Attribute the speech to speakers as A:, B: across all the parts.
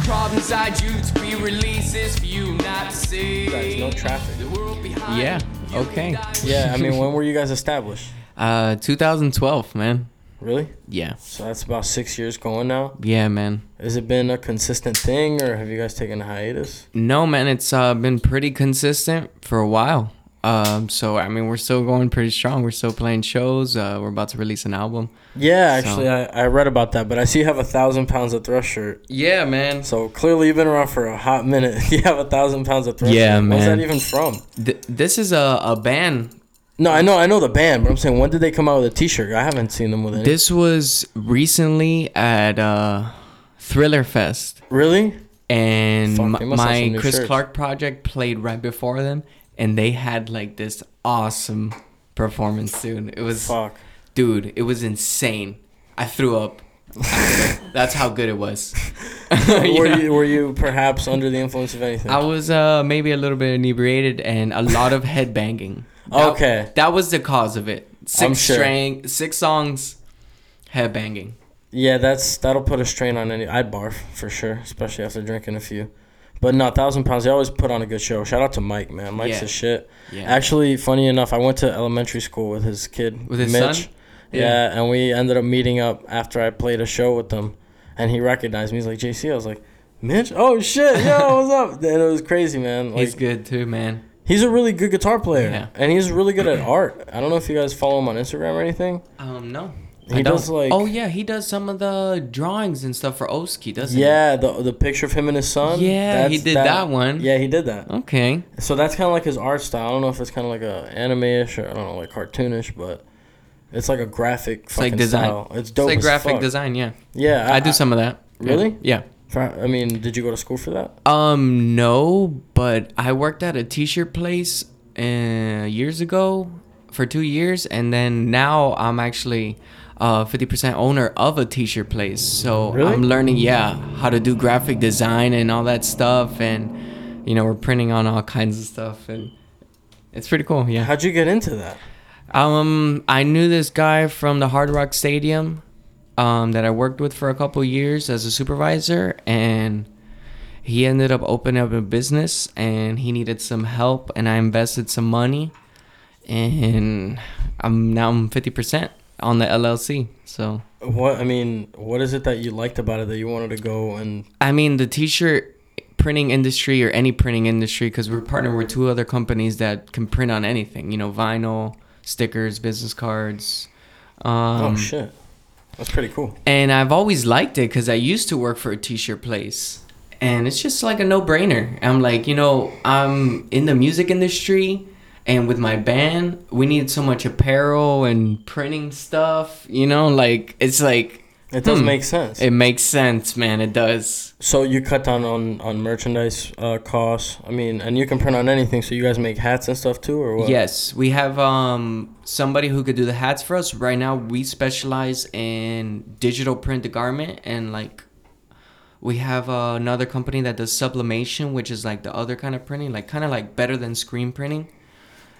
A: problem inside you to be released is for you not to see.
B: Guys, no traffic.
A: The world behind
C: Yeah.
A: you
C: Okay.
A: dies.
B: Yeah, I mean, when were you guys established?
C: Uh, 2012, man.
B: Really?
C: Yeah.
B: So that's about six years going now.
C: Yeah, man.
B: Has it been a consistent thing, or have you guys taken a hiatus?
C: No, man, it's uh, been pretty consistent for a while. Um, so I mean, we're still going pretty strong. We're still playing shows. Uh, we're about to release an album.
B: Yeah,
C: So-
B: actually, I, I read about that, but I see you have a thousand pounds of thrush shirt.
C: Yeah, man.
B: So clearly, you've been around for a hot minute. you have a thousand pounds of thrush.
C: Yeah,
B: shirt. Where's that
C: man.
B: even from?
C: Th- this is a, a band.
B: No, I know, I know the band, but I'm saying, when did they come out with a T-shirt? I haven't seen them with any.
C: This was recently at uh, Thriller Fest,
B: really?
C: and
B: Fuck,
C: my-
B: they must have some
C: my
B: new
C: Chris
B: shirts.
C: Clark project played right before them, and they had like this awesome performance, dude. It was
B: Fuck.
C: dude it was insane i threw up that's how good it was
B: Were
C: Yeah.
B: you were you perhaps under the influence of anything?
C: i was uh maybe a little bit inebriated and a lot of head banging That-
B: Okay.
C: that was the cause of it 6
B: sure.
C: strang- six songs head banging
B: Yeah, that's that'll put a strain on any. I'd barf for sure, especially after drinking a few. But no, thousand pounds. They always put on a good show. Shout out to Mike, man. Mike's
C: Yeah.
B: the shit.
C: yeah
B: Actually, funny enough, I went to elementary school with his kid,
C: With his
B: Mitch.
C: son?
B: Yeah. and we ended up meeting up after I played a show with them, and he recognized me. He's like, "JC," I was like, "Mitch, oh shit, yo, what's up?" And it was crazy, man. Like
C: he's
B: he's,
C: good too man
B: a really good guitar player,
C: Yeah.
B: and he's really good at art. I don't know if you guys follow him on Instagram or anything.
C: um no
B: He does,
C: don't.
B: like-
C: oh yeah he does some of the drawings and stuff for oski doesn't
B: Yeah, the the picture of him and his son.
C: Yeah, he
B: that's-
C: did that one. Oh.
B: Yeah, he did that.
C: he okay
B: So that's kind of like his art style. I don't know if it's kind of like a anime-ish or I don't know, like cartoonish, but it's like a graphic
C: it's like design
B: style. It's dope.
C: it's like
B: as
C: graphic
B: fuck.
C: design yeah
B: Yeah,
C: I, do some of that
B: Really?
C: yeah
B: I mean, did you go to school for that?
C: Um, no, but I worked at a t-shirt place uh, years ago for two years, and then now I'm actually uh 50% owner of a t-shirt place. So
B: Really?
C: I'm learning, yeah, how to do graphic design and all that stuff, and you know we're printing on all kinds of stuff, and it's pretty cool. Yeah.
B: How'd you get into that?
C: Um, I knew this guy from the Hard Rock Stadium, um, that I worked with for a couple years as a supervisor, and he ended up opening up a business, and he needed some help, and I invested some money, and I'm now I'm fifty percent on the LLC. So
B: What I mean, what is it that you liked about it that you wanted to go and
C: I mean, the t-shirt printing industry or any printing industry, because we're partnered with two other companies that can print on anything. You know, vinyl, stickers, business cards. Um,
B: oh shit, that's pretty cool.
C: and I've always liked it because I used to work for a t-shirt place, and it's just like a no-brainer. I'm like, you know, I'm in the music industry, and with my band, we need so much apparel and printing stuff. You know, like it's like
B: It does
C: hmm,
B: make sense.
C: It makes sense, man. It does.
B: so you cut down on on merchandise uh, costs. I mean, and you can print on anything. So you guys make hats and stuff too, or what?
C: Yes, we have um somebody who could do the hats for us. Right now, we specialize in digital print the garment and like we have uh, another company that does sublimation, which is like the other kind of printing, like kind of like better than screen printing.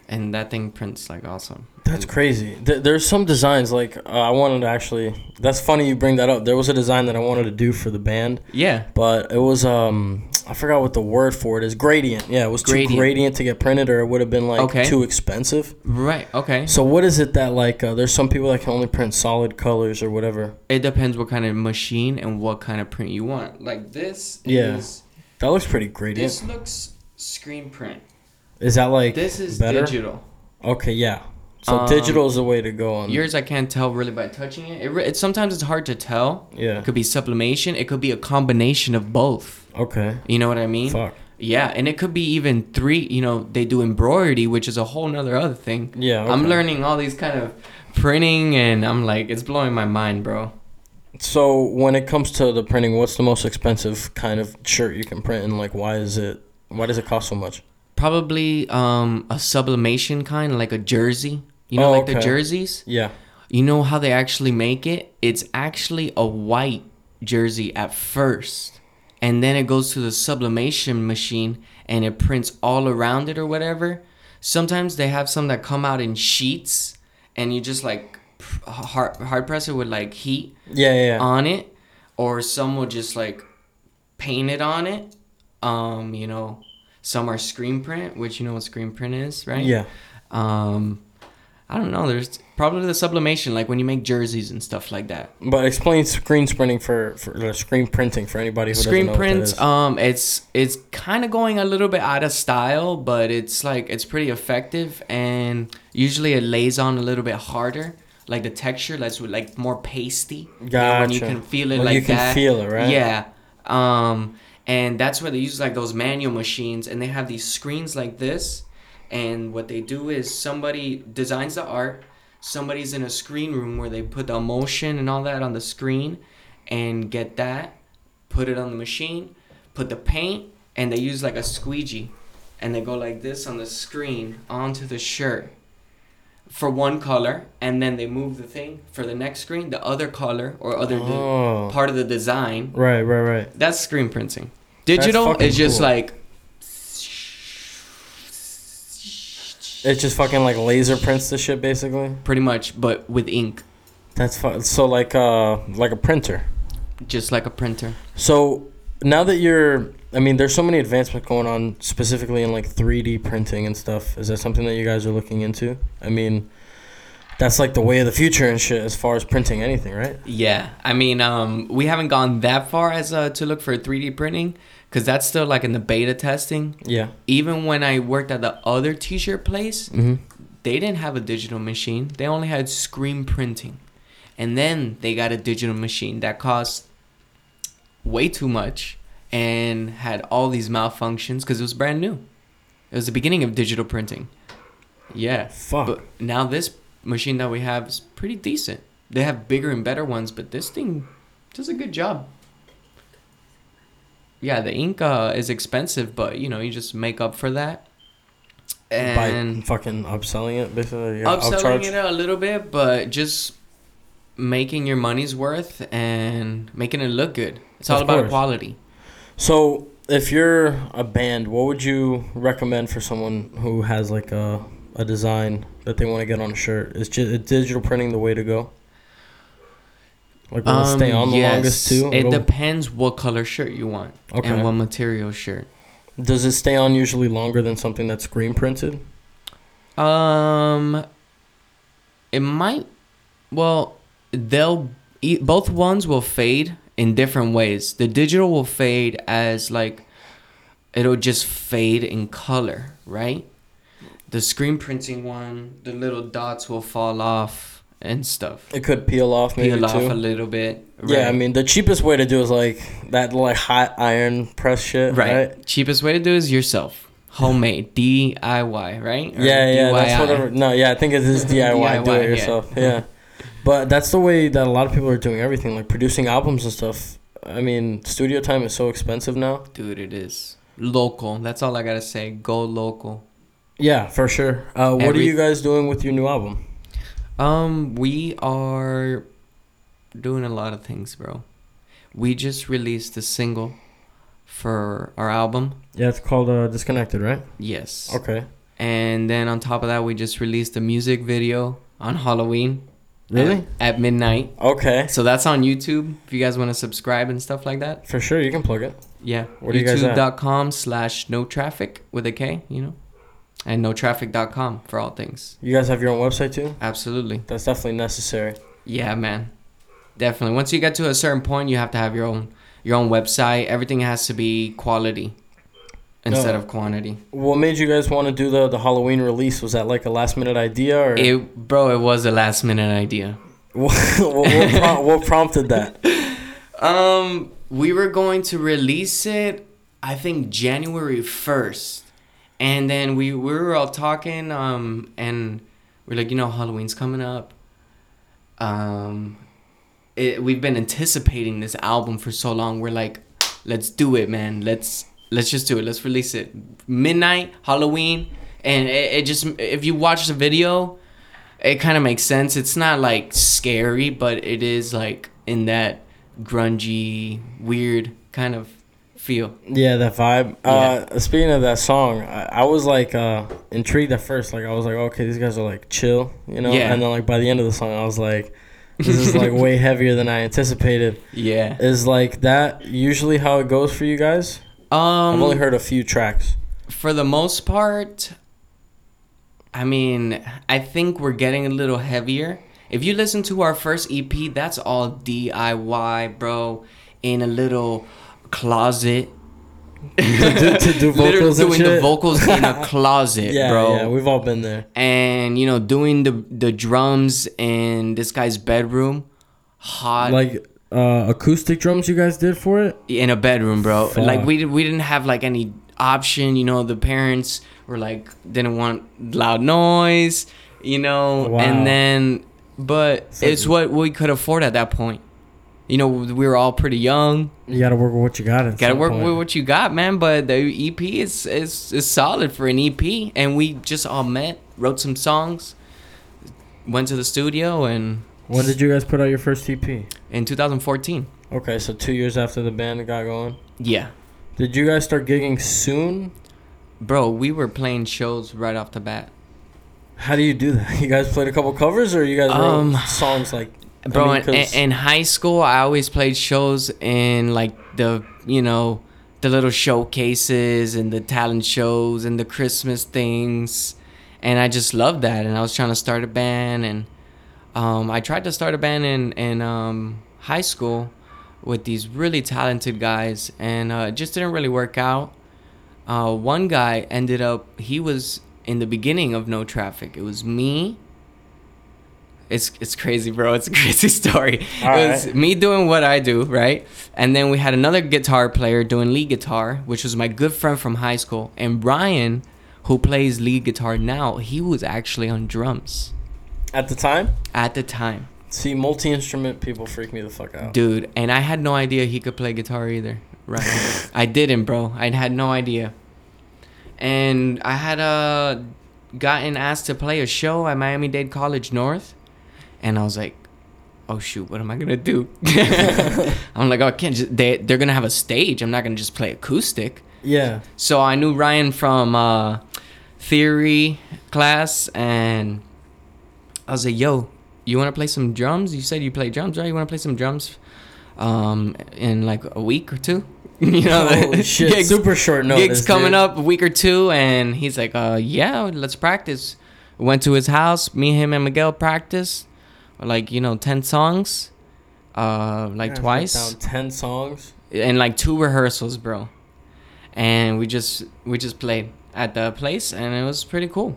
C: And that thing prints like awesome.
B: That's crazy. Th- there's some designs like uh, I wanted to actually. That's funny you bring that up. There was a design that I wanted to do for the band,
C: Yeah.
B: but it was um I forgot what the word for it is. Gradient. Yeah, it was too
C: Gradient.
B: gradient to get printed, or it would have been like
C: Okay.
B: too expensive.
C: Right. Okay.
B: So what is it that like? Uh, there's some people that can only print solid colors or whatever.
C: It depends what kind of machine and what kind of print you want. Like this.
B: Yeah.
C: Is,
B: That looks pretty gradient.
C: this looks screen print.
B: Is that like
C: This is
B: better?
C: digital.
B: Okay, yeah. So
C: Um,
B: digital is the way to go on.
C: Yours, I can't tell really by touching it. It, re- it sometimes it's hard to tell.
B: yeah.
C: It could be sublimation. It could be a combination of both.
B: Okay.
C: You know what I mean?
B: Fuck.
C: Yeah, and it could be even three. You know, they do embroidery, which is a whole nother other thing.
B: Yeah,
C: I'm
B: okay.
C: learning all these kind of printing, and I'm like, it's blowing my mind, bro.
B: So when it comes to the printing, what's the most expensive kind of shirt you can print, and like why is it? Why does it cost so much?
C: Probably um a sublimation kind, like a jersey. You know,
B: Oh,
C: like the
B: okay.
C: jerseys.
B: Yeah.
C: You know how they actually make it? It's actually a white jersey at first, and then it goes to the sublimation machine and it prints all around it or whatever. Sometimes they have some that come out in sheets, and you just like pr- hard hard press it with like heat
B: Yeah, yeah. yeah.
C: on it, or some will just like painted on it. Um, you know, some are screen print, which you know what screen print is, right?
B: Yeah.
C: Um, I don't know. There's probably the sublimation, like when you make jerseys and stuff like that.
B: But explain screen printing for, for or screen printing for anybody who doesn't
C: screen
B: know
C: prints
B: what that is.
C: um it's it's kind of going a little bit out of style but it's like it's pretty effective and usually it lays on a little bit harder like the texture that's like more pasty you know, when you
B: Gotcha.
C: can feel it
B: When
C: like
B: you can
C: that.
B: feel it, right?
C: yeah um and that's where they use like those manual machines and they have these screens like this and what they do is somebody designs the art somebody's in a screen room where they put the emotion and all that on the screen and get that put it on the machine, put the paint, and they use like a squeegee, and they go like this on the screen onto the shirt for one color, and then they move the thing for the next screen, the other color or other de-
B: Oh.
C: part of the design.
B: Right, right, right.
C: That's screen printing. Digital
B: fucking
C: is just
B: cool.
C: like
B: It just fucking like laser prints the shit basically.
C: pretty much, but with ink,
B: That's fu- so like uh like a printer.
C: just like a printer.
B: So now that you're, I mean, there's so many advancements going on specifically in like 3D printing and stuff. Is that something that you guys are looking into? I mean, that's like the way of the future and shit as far as printing anything, right?
C: Yeah, I mean, um, we haven't gone that far as uh, to look for 3D printing because that's still like in the beta testing.
B: Yeah.
C: even when I worked at the other t-shirt place, they didn't have a digital machine. They only had screen printing. And then they got a digital machine that cost way too much and had all these malfunctions cuz it was brand new. It was the beginning of digital printing. Yeah.
B: Fuck.
C: But now this machine that we have is pretty decent. They have bigger and better ones, but this thing does a good job. Yeah, the ink uh, is expensive, but you know you just make up for that.
B: By
C: And
B: fucking upselling it, basically. Yeah,
C: upselling
B: upcharge.
C: it a little bit, but just making your money's worth and making it look good. It's all
B: Of
C: about
B: course.
C: quality.
B: So if you're a band, what would you recommend for someone who has like a a design that they want to get on a shirt? Is, ju- is digital printing the way to go? Like will it stay
C: Um,
B: on the
C: yes,
B: longest too?
C: It
B: It'll-
C: depends what color shirt you want
B: Okay.
C: and what material shirt.
B: Does it stay on usually longer than something that's screen printed?
C: Um, it might. Well, they'll e- both ones will fade in different ways. The digital will fade as like it'll just fade in color, right? The screen printing one, the little dots will fall off and stuff.
B: It could peel off maybe
C: Peel off
B: too.
C: a little bit.
B: Yeah,
C: right?
B: I mean the cheapest way to do is like that like hot iron press shit, right?
C: right. Cheapest way to do is yourself. Homemade DIY, right? Or
B: Yeah, yeah, that's
C: DIY.
B: whatever. No, yeah, I think it is DIY, do
C: DIY,
B: it
C: yeah.
B: yourself. Yeah. But that's the way that a lot of people are doing everything, like producing albums and stuff. I mean, studio time is so expensive now.
C: Dude, it is local. That's all I gotta say. Go local.
B: Yeah, for sure. Uh, what
C: Every-
B: are you guys doing with your new album?
C: Um, we are doing a lot of things, bro. We just released a single for our album.
B: Yeah, it's called uh, Disconnected, right?
C: Yes.
B: Okay.
C: And then on top of that, we just released a music video on Halloween.
B: Really?
C: At, at midnight.
B: Okay.
C: So that's on YouTube. If you guys want to subscribe and stuff like that.
B: For sure, you can plug it.
C: Yeah.
B: Where do you guys at?
C: YouTube.com slash no traffic with a K, you know? And notraffic.com for all things.
B: You guys have your own website too?
C: Absolutely.
B: That's definitely necessary.
C: Yeah, man. Definitely. Once you get to a certain point, you have to have your own your own website. Everything has to be quality instead
B: No.
C: of quantity.
B: What made you guys want to do the, the Halloween release? Was that like a last minute idea or
C: It, bro, it was a last minute idea.
B: what, what, prom- what prompted that?
C: Um, we were going to release it, I think January first, and then we, we were all talking. Um, and we're like, you know, Halloween's coming up. Um, it, we've been anticipating this album for so long. We're like, let's do it, man. Let's let's just do it. Let's release it. Midnight Halloween, and it, it just if you watch the video, it kind of makes sense. It's not like scary, but it is like in that grungy, weird kind of feel.
B: Yeah, that vibe. Uh, speaking of that song, I, I was like uh, intrigued at first. Like I was like, okay, these guys are like chill, you know.
C: Yeah.
B: And then like by the end of the song, I was like, This is like way heavier than I anticipated.
C: Yeah.
B: Is like that usually how it goes for you guys? I've
C: Um,
B: only heard a few tracks.
C: for the most part, I mean, I think we're getting a little heavier. If you listen to our first EP, that's all DIY, bro, in a little closet.
B: to, do, to do
C: Literally
B: vocals and
C: doing
B: shit.
C: the vocals in a closet,
B: yeah,
C: bro.
B: yeah, we've all been there.
C: and you know, doing the the drums in this guy's bedroom, hot
B: Like uh, acoustic drums, you guys did for it.
C: in a bedroom, bro.
B: Fuck.
C: Like we did, we didn't have like any option. You know, the parents were like didn't want loud noise. You know,
B: Wow.
C: and then but
B: So-
C: it's what we could afford at that point. You know, we were all pretty young.
B: You gotta work with what you got. at
C: Gotta
B: some
C: work
B: point.
C: with what you got, man. But the EP is, is is solid for an EP, and we just all met, wrote some songs, went to the studio, and
B: When did you guys put out your first EP?
C: in 2014.
B: Okay, so two years after the band got going.
C: Yeah,
B: Did you guys start gigging soon?
C: bro, we were playing shows right off the bat.
B: How do you do that? You guys played a couple covers, or you guys wrote
C: Um,
B: songs like? I
C: Bro,
B: mean,
C: in,
B: 'cause-
C: in high school, I always played shows in like the you know the little showcases and the talent shows and the Christmas things, and I just loved that. And I was trying to start a band, and um, I tried to start a band in in um, high school with these really talented guys, and uh, it just didn't really work out. Uh, one guy ended up he was in the beginning of No Traffic. It was me. It's it's crazy, bro. It's a crazy story.
B: All
C: it was
B: right.
C: me doing what I do, right? And then we had another guitar player doing lead guitar, which was my good friend from high school. And Ryan, who plays lead guitar now, he was actually on drums
B: at the time,
C: at the time,
B: see multi instrument people freak me the fuck out.
C: dude. And I had no idea he could play guitar either. Right? I didn't, bro. I had no idea. And I had uh, gotten asked to play a show at Miami Dade College North, and I was like, "Oh shoot, what am I gonna do?" I'm like, "Oh, I can't just they they're gonna have a stage. I'm not gonna just play acoustic."
B: Yeah,
C: So I knew Ryan from uh, theory class, and I was like, "Yo, you want to play some drums? You said you play drums, right? You want to play some drums um, in like a week or two? you know,
B: Holy shit,
C: gigs-
B: super short notice.
C: gigs coming
B: dude.
C: up a week or two, and he's like, uh, yeah, let's practice. Went to his house, me, him, and Miguel practiced, like you know, ten songs, uh,
B: You
C: like
B: guys wrote
C: twice,
B: down ten songs.
C: and like two rehearsals, bro. And we just we just played at the place, and it was pretty cool.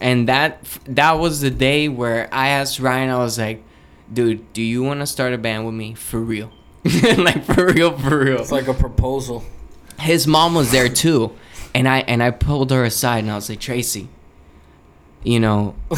C: And that that was the day where I asked Ryan, I was like, dude, do you want to start a band with me for real? like for real, for real
B: It's like a proposal.
C: his mom was there too and i and i pulled her aside and i was like tracy you know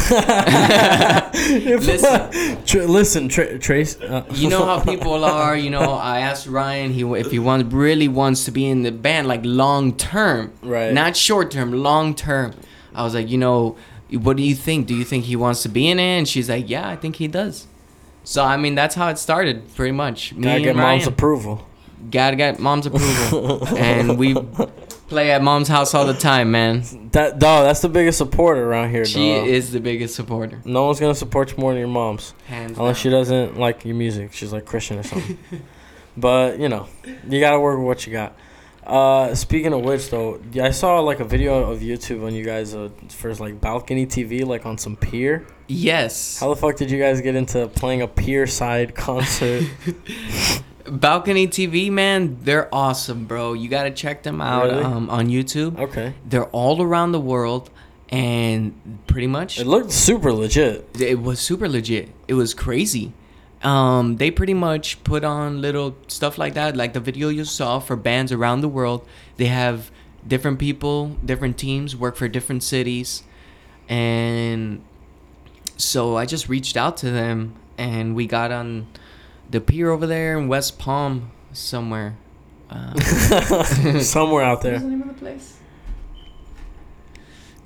C: Listen.
B: Tr- listen, tra- Trace. Uh,
C: you know how people are you know i asked ryan he if he wants really wants to be in the band like long term
B: Right.
C: not short term long term i was like you know what do you think do you think he wants to be in it and she's like yeah i think he does so i mean that's how it started pretty much me
B: gotta
C: and
B: get mom's
C: Ryan.
B: approval.
C: gotta get mom's approval and we play at mom's house all the time man
B: That dog. That's the biggest supporter around here.
C: She
B: dawg.
C: is the biggest supporter.
B: No one's gonna support you more than your mom's.
C: Hands
B: Unless she
C: down.
B: doesn't like your music, she's like Christian or something. but you know, you gotta work with what you got. Uh, speaking of which, though, yeah, I saw like a video of YouTube on you guys uh, first like balcony TV, like on some pier.
C: Yes.
B: How the fuck did you guys get into playing a pier side concert?
C: Balcony TV, man, they're awesome, bro. You gotta check them out
B: Really?
C: um, on YouTube.
B: okay,
C: They're all around the world, and pretty much
B: it looked super legit.
C: it was super legit. It was crazy. Um, they pretty much put on little stuff like that, like the video you saw for bands around the world. They have different people, different teams work for different cities, and so I just reached out to them, and we got on the pier over there in West Palm somewhere. Uh,
B: Somewhere out
C: What's the
B: there,
C: name of the place?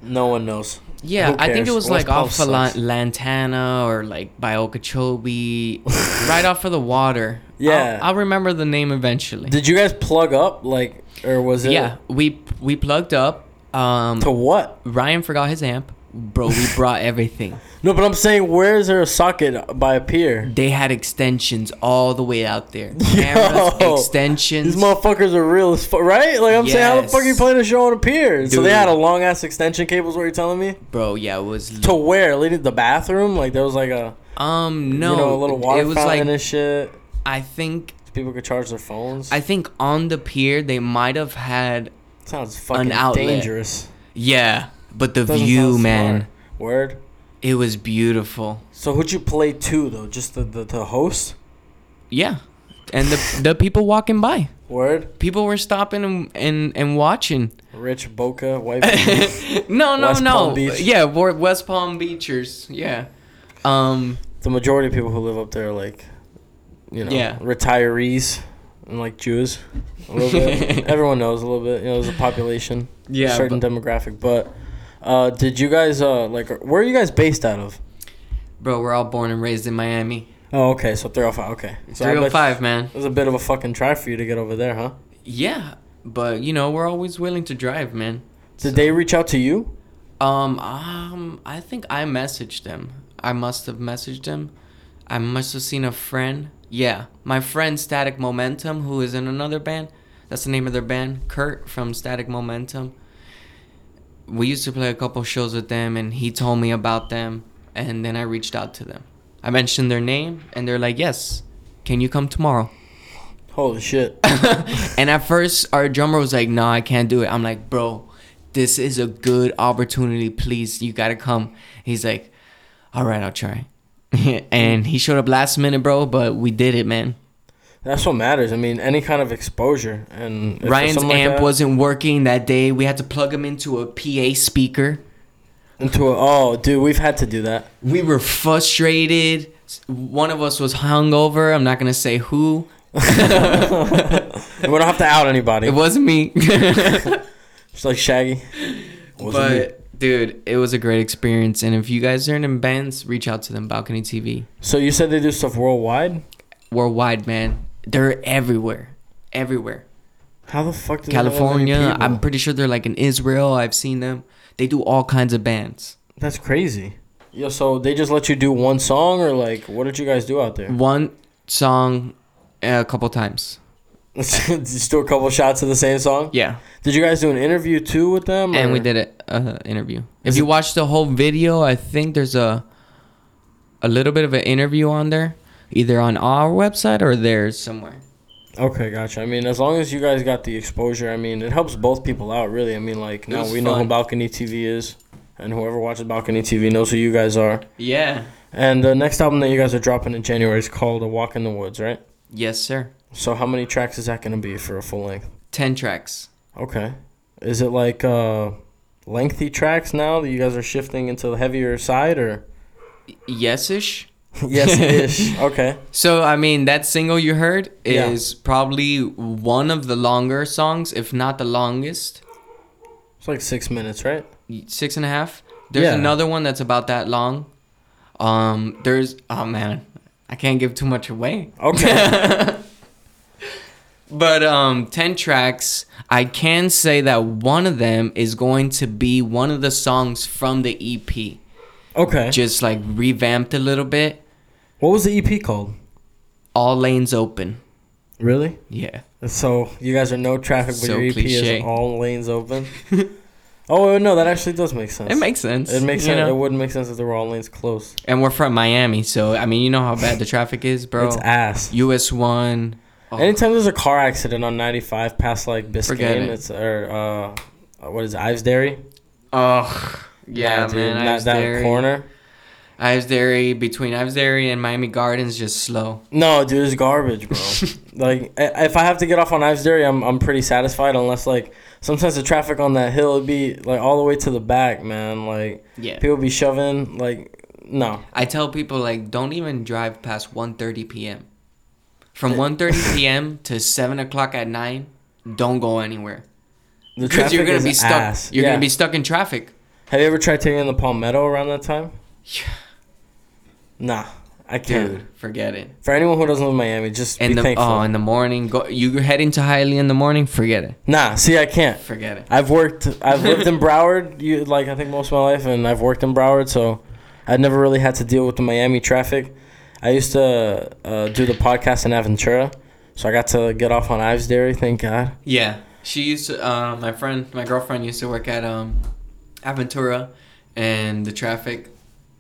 B: no one knows.
C: Yeah,
B: Who
C: I think it
B: cares?
C: was
B: West
C: like
B: Palm
C: off of La-
B: sucks.
C: Lantana or like by Okeechobee, right off of the water.
B: Yeah.
C: I'll, I'll remember the name eventually.
B: Did you guys plug up like, or was it?
C: yeah, we we plugged up. Um,
B: To what?
C: Ryan forgot his amp. bro, we brought everything.
B: No, but I'm saying, where is there a socket by a pier?
C: They had extensions all the way out there. Cameras,
B: Yo,
C: extensions.
B: These motherfuckers are real as fuck, right? Like I'm saying, how the fuck are you
C: Yes.
B: playing a show on a pier? So they
C: Dude.
B: had a long ass extension cables. What you telling me?
C: bro, yeah, it was
B: To where? Leading the bathroom? Like there was like a
C: um no,
B: you know a little water
C: it was
B: fountain
C: like
B: and shit.
C: I think
B: People could charge their phones.
C: I think on the pier they might have had
B: sounds fucking
C: an outlet.
B: dangerous.
C: yeah, but the
B: Doesn't
C: view,
B: sound
C: man,
B: smart. Word.
C: it was beautiful.
B: So who'd you play to though? Just the the, the host.
C: Yeah, and the the people walking by,
B: Word.
C: people were stopping and and, and watching.
B: Rich Boca white. people.
C: No, no,
B: West
C: no.
B: Palm Beach.
C: Yeah, we're West Palm Beachers. Yeah. Um.
B: the majority of people who live up there are like, you know,
C: Yeah.
B: retirees and like Jews. A little bit. Everyone knows a little bit. You know, there's a population.
C: Yeah,
B: Certain demographic. But uh, did you guys uh like where are you guys based out of?
C: Bro, we're all born and raised in Miami.
B: Oh, okay. So 305. Okay. So I bet
C: 305, man.
B: It was a bit of a fucking try for you to get over there, huh?
C: Yeah, but you know, we're always willing to drive, man.
B: Did they reach out to you?
C: Um, um, I think I messaged them. I must have messaged them. I must have seen a friend. Yeah, my friend Static Momentum, who is in another band. That's the name of their band, Kurt from Static Momentum. We used to play a couple shows with them, and he told me about them, and then I reached out to them. I mentioned their name, and they're like, "Yes, can you come tomorrow?"
B: Holy shit.
C: And at first, our drummer was like, "No, I can't do it." I'm like, "Bro, this is a good opportunity. Please, you gotta come." He's like, "All right, I'll try." and he showed up last minute, bro. But we did it, man.
B: That's what matters. I mean, any kind of exposure and if there's
C: Ryan's
B: something like
C: amp
B: that-
C: wasn't working that day. We had to plug him into a PA speaker.
B: into a oh, dude, we've had to do that.
C: We were frustrated. One of us was hungover. I'm not gonna say who.
B: And we don't have to out anybody.
C: It wasn't me.
B: It's like Shaggy. Wasn't me.
C: but dude, it was a great experience. And if you guys are in bands, reach out to them. Balcony TV.
B: So you said they do stuff worldwide?
C: worldwide, man. They're everywhere, everywhere.
B: How the fuck? Do They know
C: California.
B: that many
C: I'm
B: people?
C: pretty sure they're like in Israel. I've seen them. They do all kinds of bands.
B: That's crazy. Yo, so they just let you do one song, or like, what did you guys do out there?
C: One song, uh, a couple times.
B: just do a couple shots of the same song.
C: Yeah,
B: Did you guys do an interview too with them?
C: and we
B: or-
C: did it uh, interview. If you watch the whole video, I think there's a a little bit of an interview on there, either on our website or theirs somewhere.
B: Okay, gotcha. I mean, as long as you guys got the exposure, I mean, it helps both people out, really. I mean, like now
C: was
B: we know who
C: fun.
B: Balcony TV is, and whoever watches Balcony TV knows who you guys are.
C: Yeah.
B: And the next album that you guys are dropping in January is called A Walk in the Woods, right?
C: Yes, sir.
B: So how many tracks is that going to be for a full length?
C: Ten tracks.
B: Okay. Is it like uh lengthy tracks now that you guys are shifting into the heavier side or
C: Yes ish.
B: yes ish. Okay.
C: So I mean, that single you heard
B: Yeah.
C: is probably one of the longer songs, if not the longest,
B: It's like six minutes, right?
C: six and a half. There's
B: Yeah.
C: another one that's about that long. Um, there's oh man, I can't give too much away.
B: Okay.
C: But um, ten tracks. I can say that one of them is going to be one of the songs from the EP,
B: Okay.
C: just like revamped a little bit.
B: What was the EP called?
C: All lanes open.
B: Really?
C: Yeah.
B: So you guys are no traffic, but
C: So
B: your EP
C: cliche.
B: is all lanes open. oh no, that actually does make sense.
C: It makes sense.
B: it makes
C: you
B: sense.
C: know?
B: It wouldn't make sense if they were all lanes close.
C: And we're from Miami, so I mean, you know how bad the traffic is, bro.
B: It's ass.
C: US one. Oh,
B: Uh-huh. Anytime there's a car accident on 95 past like
C: Forget
B: Biscayne,
C: it.
B: it's or uh, what is it, Ives Dairy?
C: Ugh. yeah,
B: dude,
C: man.
B: that,
C: Ives
B: that
C: Dairy.
B: corner.
C: Ives Dairy between Ives Dairy and Miami Gardens just slow.
B: No, dude, it's garbage, bro. like, i- if I have to get off on Ives Dairy, I'm I'm pretty satisfied. Unless like sometimes the traffic on that hill would be like all the way to the back, man. Like
C: Yeah.
B: people be shoving. Like no,
C: I tell people like, don't even drive past 1.30 p.m. From 1.30 p.m. to seven o'clock at nine, don't go anywhere
B: the
C: because you're gonna
B: is
C: be stuck.
B: ass.
C: You're
B: Yeah.
C: gonna be stuck in traffic.
B: Have you ever tried taking the Palmetto around that time?
C: Yeah.
B: Nah. I can't.
C: Dude, forget it.
B: For anyone who doesn't live in Miami, just
C: In
B: be
C: the
B: thankful.
C: oh, in the morning, go. You're heading to Hialeah in the morning. Forget it.
B: nah, see, I can't.
C: Forget it.
B: I've worked. I've lived in Broward, you, like I think most of my life, and I've worked in Broward, so I never really had to deal with the Miami traffic. I used to uh, do the podcast in Aventura, so I got to get off on Ives Dairy. Thank God.
C: Yeah, she used to. Uh, my friend, my girlfriend used to work at um, Aventura, and the traffic,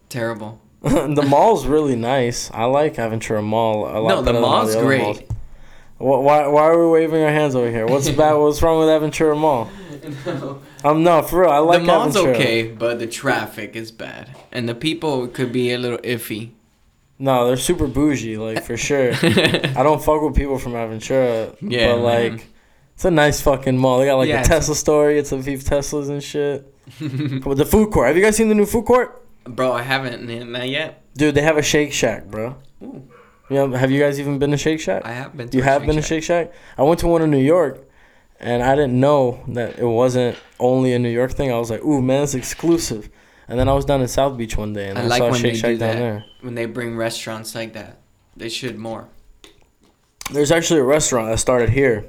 C: terrible.
B: the mall's really nice. I like Aventura Mall a lot.
C: No, the
B: better than all
C: mall's
B: other
C: great.
B: malls. Wh- Why, why are we waving our hands over here? What's bad? What's wrong with Aventura Mall? Um, no, for real, I like
C: the mall's
B: Aventura.
C: okay, but the traffic is bad, and the people could be a little iffy.
B: No, they're super bougie, like for sure. I don't fuck with people from Aventura,
C: Yeah,
B: but like,
C: man.
B: it's a nice fucking mall. They got like
C: Yeah,
B: the
C: it's-
B: Tesla story. It's a few Teslas and shit. with the food court, have you guys seen the new food court?
C: Bro, I haven't n- not yet.
B: Dude, they have a Shake Shack, bro.
C: Ooh.
B: Yeah, have you guys even been to Shake Shack?
C: I have been. To
B: you have been to
C: Shack.
B: Shake Shack? I went to one in New York, and I didn't know that it wasn't only a New York thing. I was like, ooh man, it's exclusive. And then I was down in South Beach one day, and
C: I
B: I,
C: like
B: saw
C: when
B: Shake
C: they do
B: Shack down
C: that.
B: there.
C: When they bring restaurants like that, they should more.
B: There's actually a restaurant that started here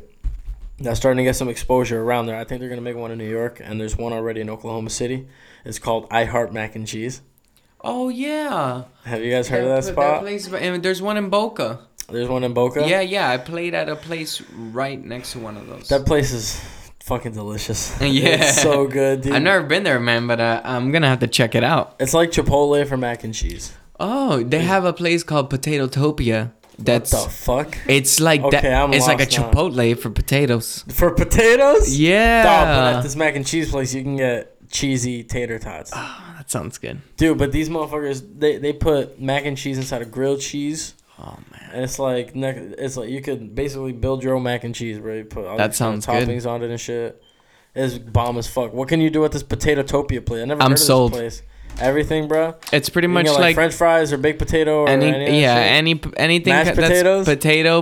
B: that's starting to get some exposure around there. I think they're going to make one in New York, and there's one already in Oklahoma City. It's called I Heart Mac and Cheese.
C: Oh yeah.
B: Have you guys heard
C: Yeah,
B: of that
C: but
B: spot?
C: place- and there's one in Boca.
B: there's one in Boca.
C: Yeah, yeah. I played at a place right next to one of those.
B: That place is fucking delicious.
C: Yeah.
B: It's so good, dude.
C: I've never been there, man, but uh, I'm gonna have to check it out.
B: It's like Chipotle for mac and cheese.
C: Oh, they have a place called Potato Topia. That's
B: The fuck?
C: it's like
B: Okay,
C: that.
B: I'm
C: it's like a
B: lost now.
C: Chipotle for potatoes.
B: For potatoes? Stop, but
C: Yeah,
B: at this mac and cheese place, you can get cheesy tater tots.
C: that sounds good.
B: Dude, but these motherfuckers, they, they put mac and cheese inside of grilled cheese.
C: Oh man,
B: And it's like nec- it's like you could basically build your own mac and cheese, bro. You put all
C: That
B: these kinda
C: sounds good.
B: toppings on it and shit. It's bomb as fuck. What can you do with this potato topia place? I never
C: I'm
B: heard of
C: sold.
B: this place. Everything, bro.
C: it's pretty
B: You can
C: much
B: get,
C: like,
B: French fries or baked potato or any,
C: any yeah
B: yeah.
C: any p- anything
B: Mashed
C: ca- that's
B: potatoes?
C: potato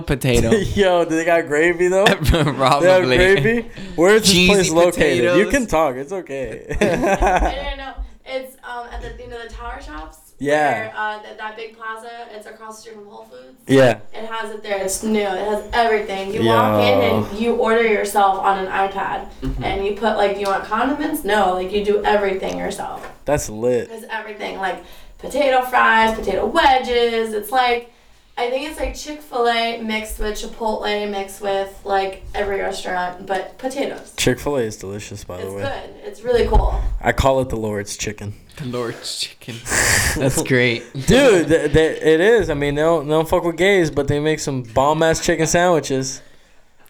C: potato
B: Yo, do they got gravy though? They have
C: probably.
B: gravy. Where is this
C: Cheesy
B: place located? You
C: potatoes.
B: can talk. It's okay.
D: I don't know. It's um at the you know the tower shops.
B: Yeah.
D: Where, uh, that, that big plaza. It's across the street from Whole Foods.
B: yeah.
D: It has it there. It's new. It has everything.
B: Yo.
D: You
B: Mm-hmm.
D: walk in and you order yourself on an iPad, and you put like, do you want condiments? No, like you do everything yourself.
B: That's lit.
D: There's everything like potato fries, potato wedges. It's like. I think it's like Chick Fil A mixed with Chipotle mixed with like every restaurant, but potatoes.
B: Chick fil A is delicious, by the
D: It's
B: way.
D: good. It's really cool.
B: I call it the Lord's chicken.
C: The Lord's chicken. That's great.
B: Dude, th th it is. I mean, they don't, they don't fuck with gays, but they make some bomb ass chicken sandwiches.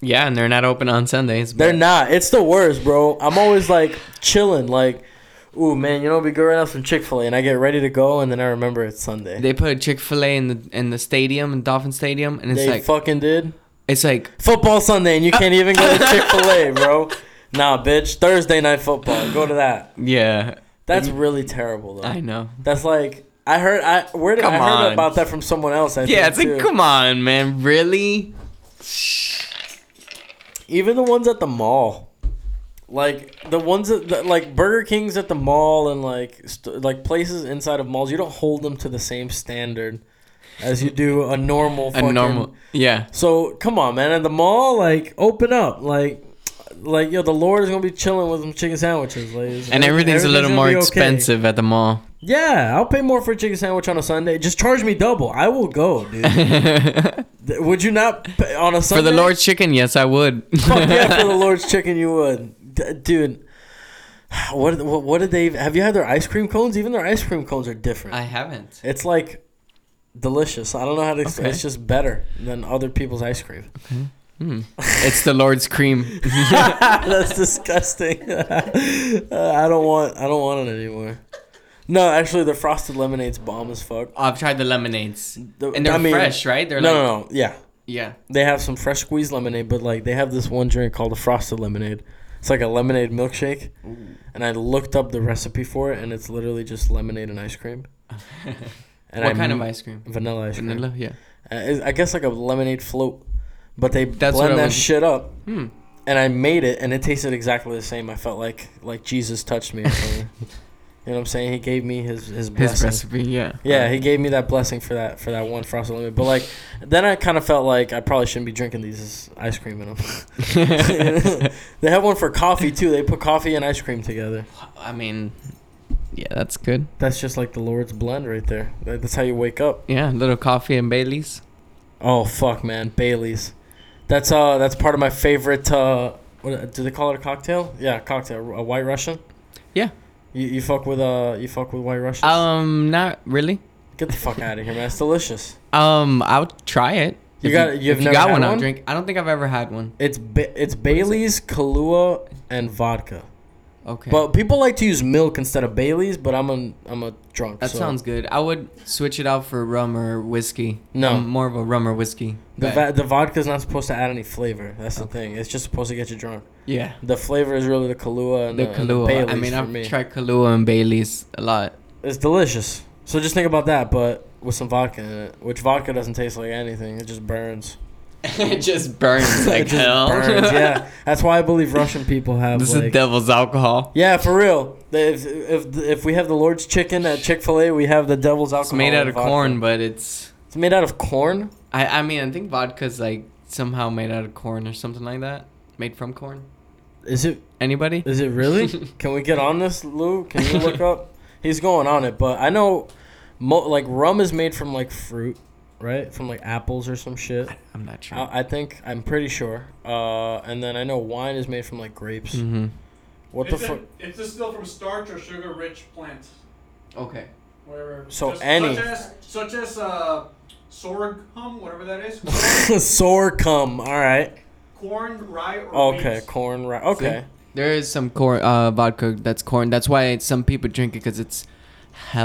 C: Yeah, and they're not open on Sundays.
B: They're
C: but-
B: not. It's the worst, bro. I'm always like chilling, like, ooh, man, you know, we go right now some Chick fil A, and I get ready to go, and then I remember it's Sunday. They,
C: They put a Chick Fil A in the in the stadium, in Dolphin Stadium, and it's like
B: fucking did.
C: it's like
B: Football Sunday, and you can't even go to Chick fil A, bro. Nah, bitch. Thursday night football. Go to that.
C: yeah.
B: That's really terrible, though.
C: I know.
B: That's like, I heard, I where did
C: Come
B: I heard
C: on.
B: about that from someone else? I think,
C: Yeah, it's like
B: too.
C: come on, man, really?
B: Even the ones at the mall, like the ones that that- like Burger King's at the mall and like st- like places inside of malls, you don't hold them to the same standard as you do a normal.
C: A
B: Fucking,
C: normal. Yeah.
B: So come on, man, at the mall, like open up, like. Like yo, the Lord is gonna be chilling with some chicken sandwiches, like, it's-
C: And everything's a little
B: gonna
C: more
B: be okay.
C: expensive at the mall.
B: Yeah, I'll pay more for a chicken sandwich on a Sunday. Just charge me double. I will go, dude.
C: For
B: Th- Would you not pay on a Sunday?
C: the Lord's chicken, yes, I would.
B: Fuck yeah, for the Lord's chicken, you would, D- dude. What, what what did they? even- Have you had their ice cream cones? Even their ice cream cones are different.
C: I haven't.
B: it's like delicious. I don't know how to. explain.
C: Okay.
B: It's just better than other people's ice cream.
C: It's the Lord's cream.
B: That's disgusting. Uh, I don't want. I don't want it anymore. No, actually, the frosted lemonade's bomb as fuck.
C: I've tried the lemonades.
B: The-
C: and they're
B: I mean-
C: fresh, right? They're
B: no,
C: like,
B: no, no. Yeah,
C: Yeah.
B: they have some fresh squeezed lemonade, but like they have this one drink called a frosted lemonade. It's like a lemonade milkshake. And I looked up the recipe for it, and it's literally just lemonade and ice cream. And
C: what
B: I
C: kind of
B: m-
C: ice cream?
B: Vanilla ice cream.
C: Vanilla, yeah.
B: Uh, it's- I guess like a lemonade float, but they
C: That's what I
B: blend that
C: was-
B: shit up.
C: Hmm.
B: And I made it, and it tasted exactly the same. I felt like like Jesus touched me. or something. You know what I'm saying? He gave me his his blessing.
C: His recipe, yeah.
B: Yeah, he gave me that blessing for that for that one frosted limit. But like, then I kind of felt like I probably shouldn't be drinking these as ice cream in them. they have one for coffee too. They put coffee and ice cream together.
C: I mean, yeah, that's good.
B: That's just like the Lord's blend right there. Like, That's how you wake up.
C: Yeah, little coffee and Bailey's.
B: Oh fuck, man, Bailey's. That's uh, that's part of my favorite. Uh, what do they call it? A cocktail? Yeah, a cocktail. A White Russian.
C: Yeah.
B: You, you fuck with uh, you fuck with White Russians.
C: Um, not really.
B: Get the fuck out of here, man. It's delicious.
C: Um, I'll try it.
B: You
C: If
B: got- you've
C: if
B: never
C: got
B: had
C: one, I'll
B: one?
C: drink. I don't think I've ever had one.
B: It's ba- it's Bailey's, Kahlua, and vodka.
C: Okay.
B: But people like to use milk instead of Bailey's, but I'm a I'm a drunk.
C: that
B: so.
C: sounds good. I would switch it out for rum or whiskey.
B: No.
C: I'm more of a rum or whiskey.
B: The
C: guy.
B: va- the vodka's not supposed to add any flavor. That's the thing. It's just supposed to get you drunk.
C: yeah.
B: The flavor is really the Kahlua and
C: The
B: the, and the
C: Kahlua.
B: Bailey's
C: I mean,
B: for
C: I've
B: me.
C: tried Kahlua and Bailey's a lot.
B: it's delicious. So just think about that, but with some vodka in it, which vodka doesn't taste like anything. It just burns.
C: it just burns like
B: it just
C: hell.
B: burns. Yeah, that's why I believe Russian people have.
C: This
B: like,
C: is devil's alcohol.
B: Yeah, for real. If, if if we have the Lord's chicken at Chick Fil A, we have the devil's alcohol.
C: It's made out
B: and
C: of
B: vodka.
C: corn, but it's.
B: It's made out of corn.
C: I I mean, I think vodka's like somehow made out of corn or something like that. Made from corn.
B: Is it?
C: Anybody?
B: Is it really? Can we get on this, Lou? Can you look up? He's going on it, but I know, mo- like rum is made from like fruit, right? From like apples or some shit.
C: I'm not sure.
B: I, I think I'm pretty sure. Uh, and then I know wine is made from like grapes.
C: mm-hmm.
B: What the
E: It's,
B: fuck?
E: a, it's distilled from starch or sugar-rich plants,
C: Okay.
E: whatever.
B: So any-
E: such as such as uh, sorghum, whatever that is,
B: Sorghum. All right.
E: corn, rye, or
B: Okay.
E: wheat.
B: Corn. Right. Okay.
C: There is some corn uh, vodka that's corn. That's why some people drink it because it's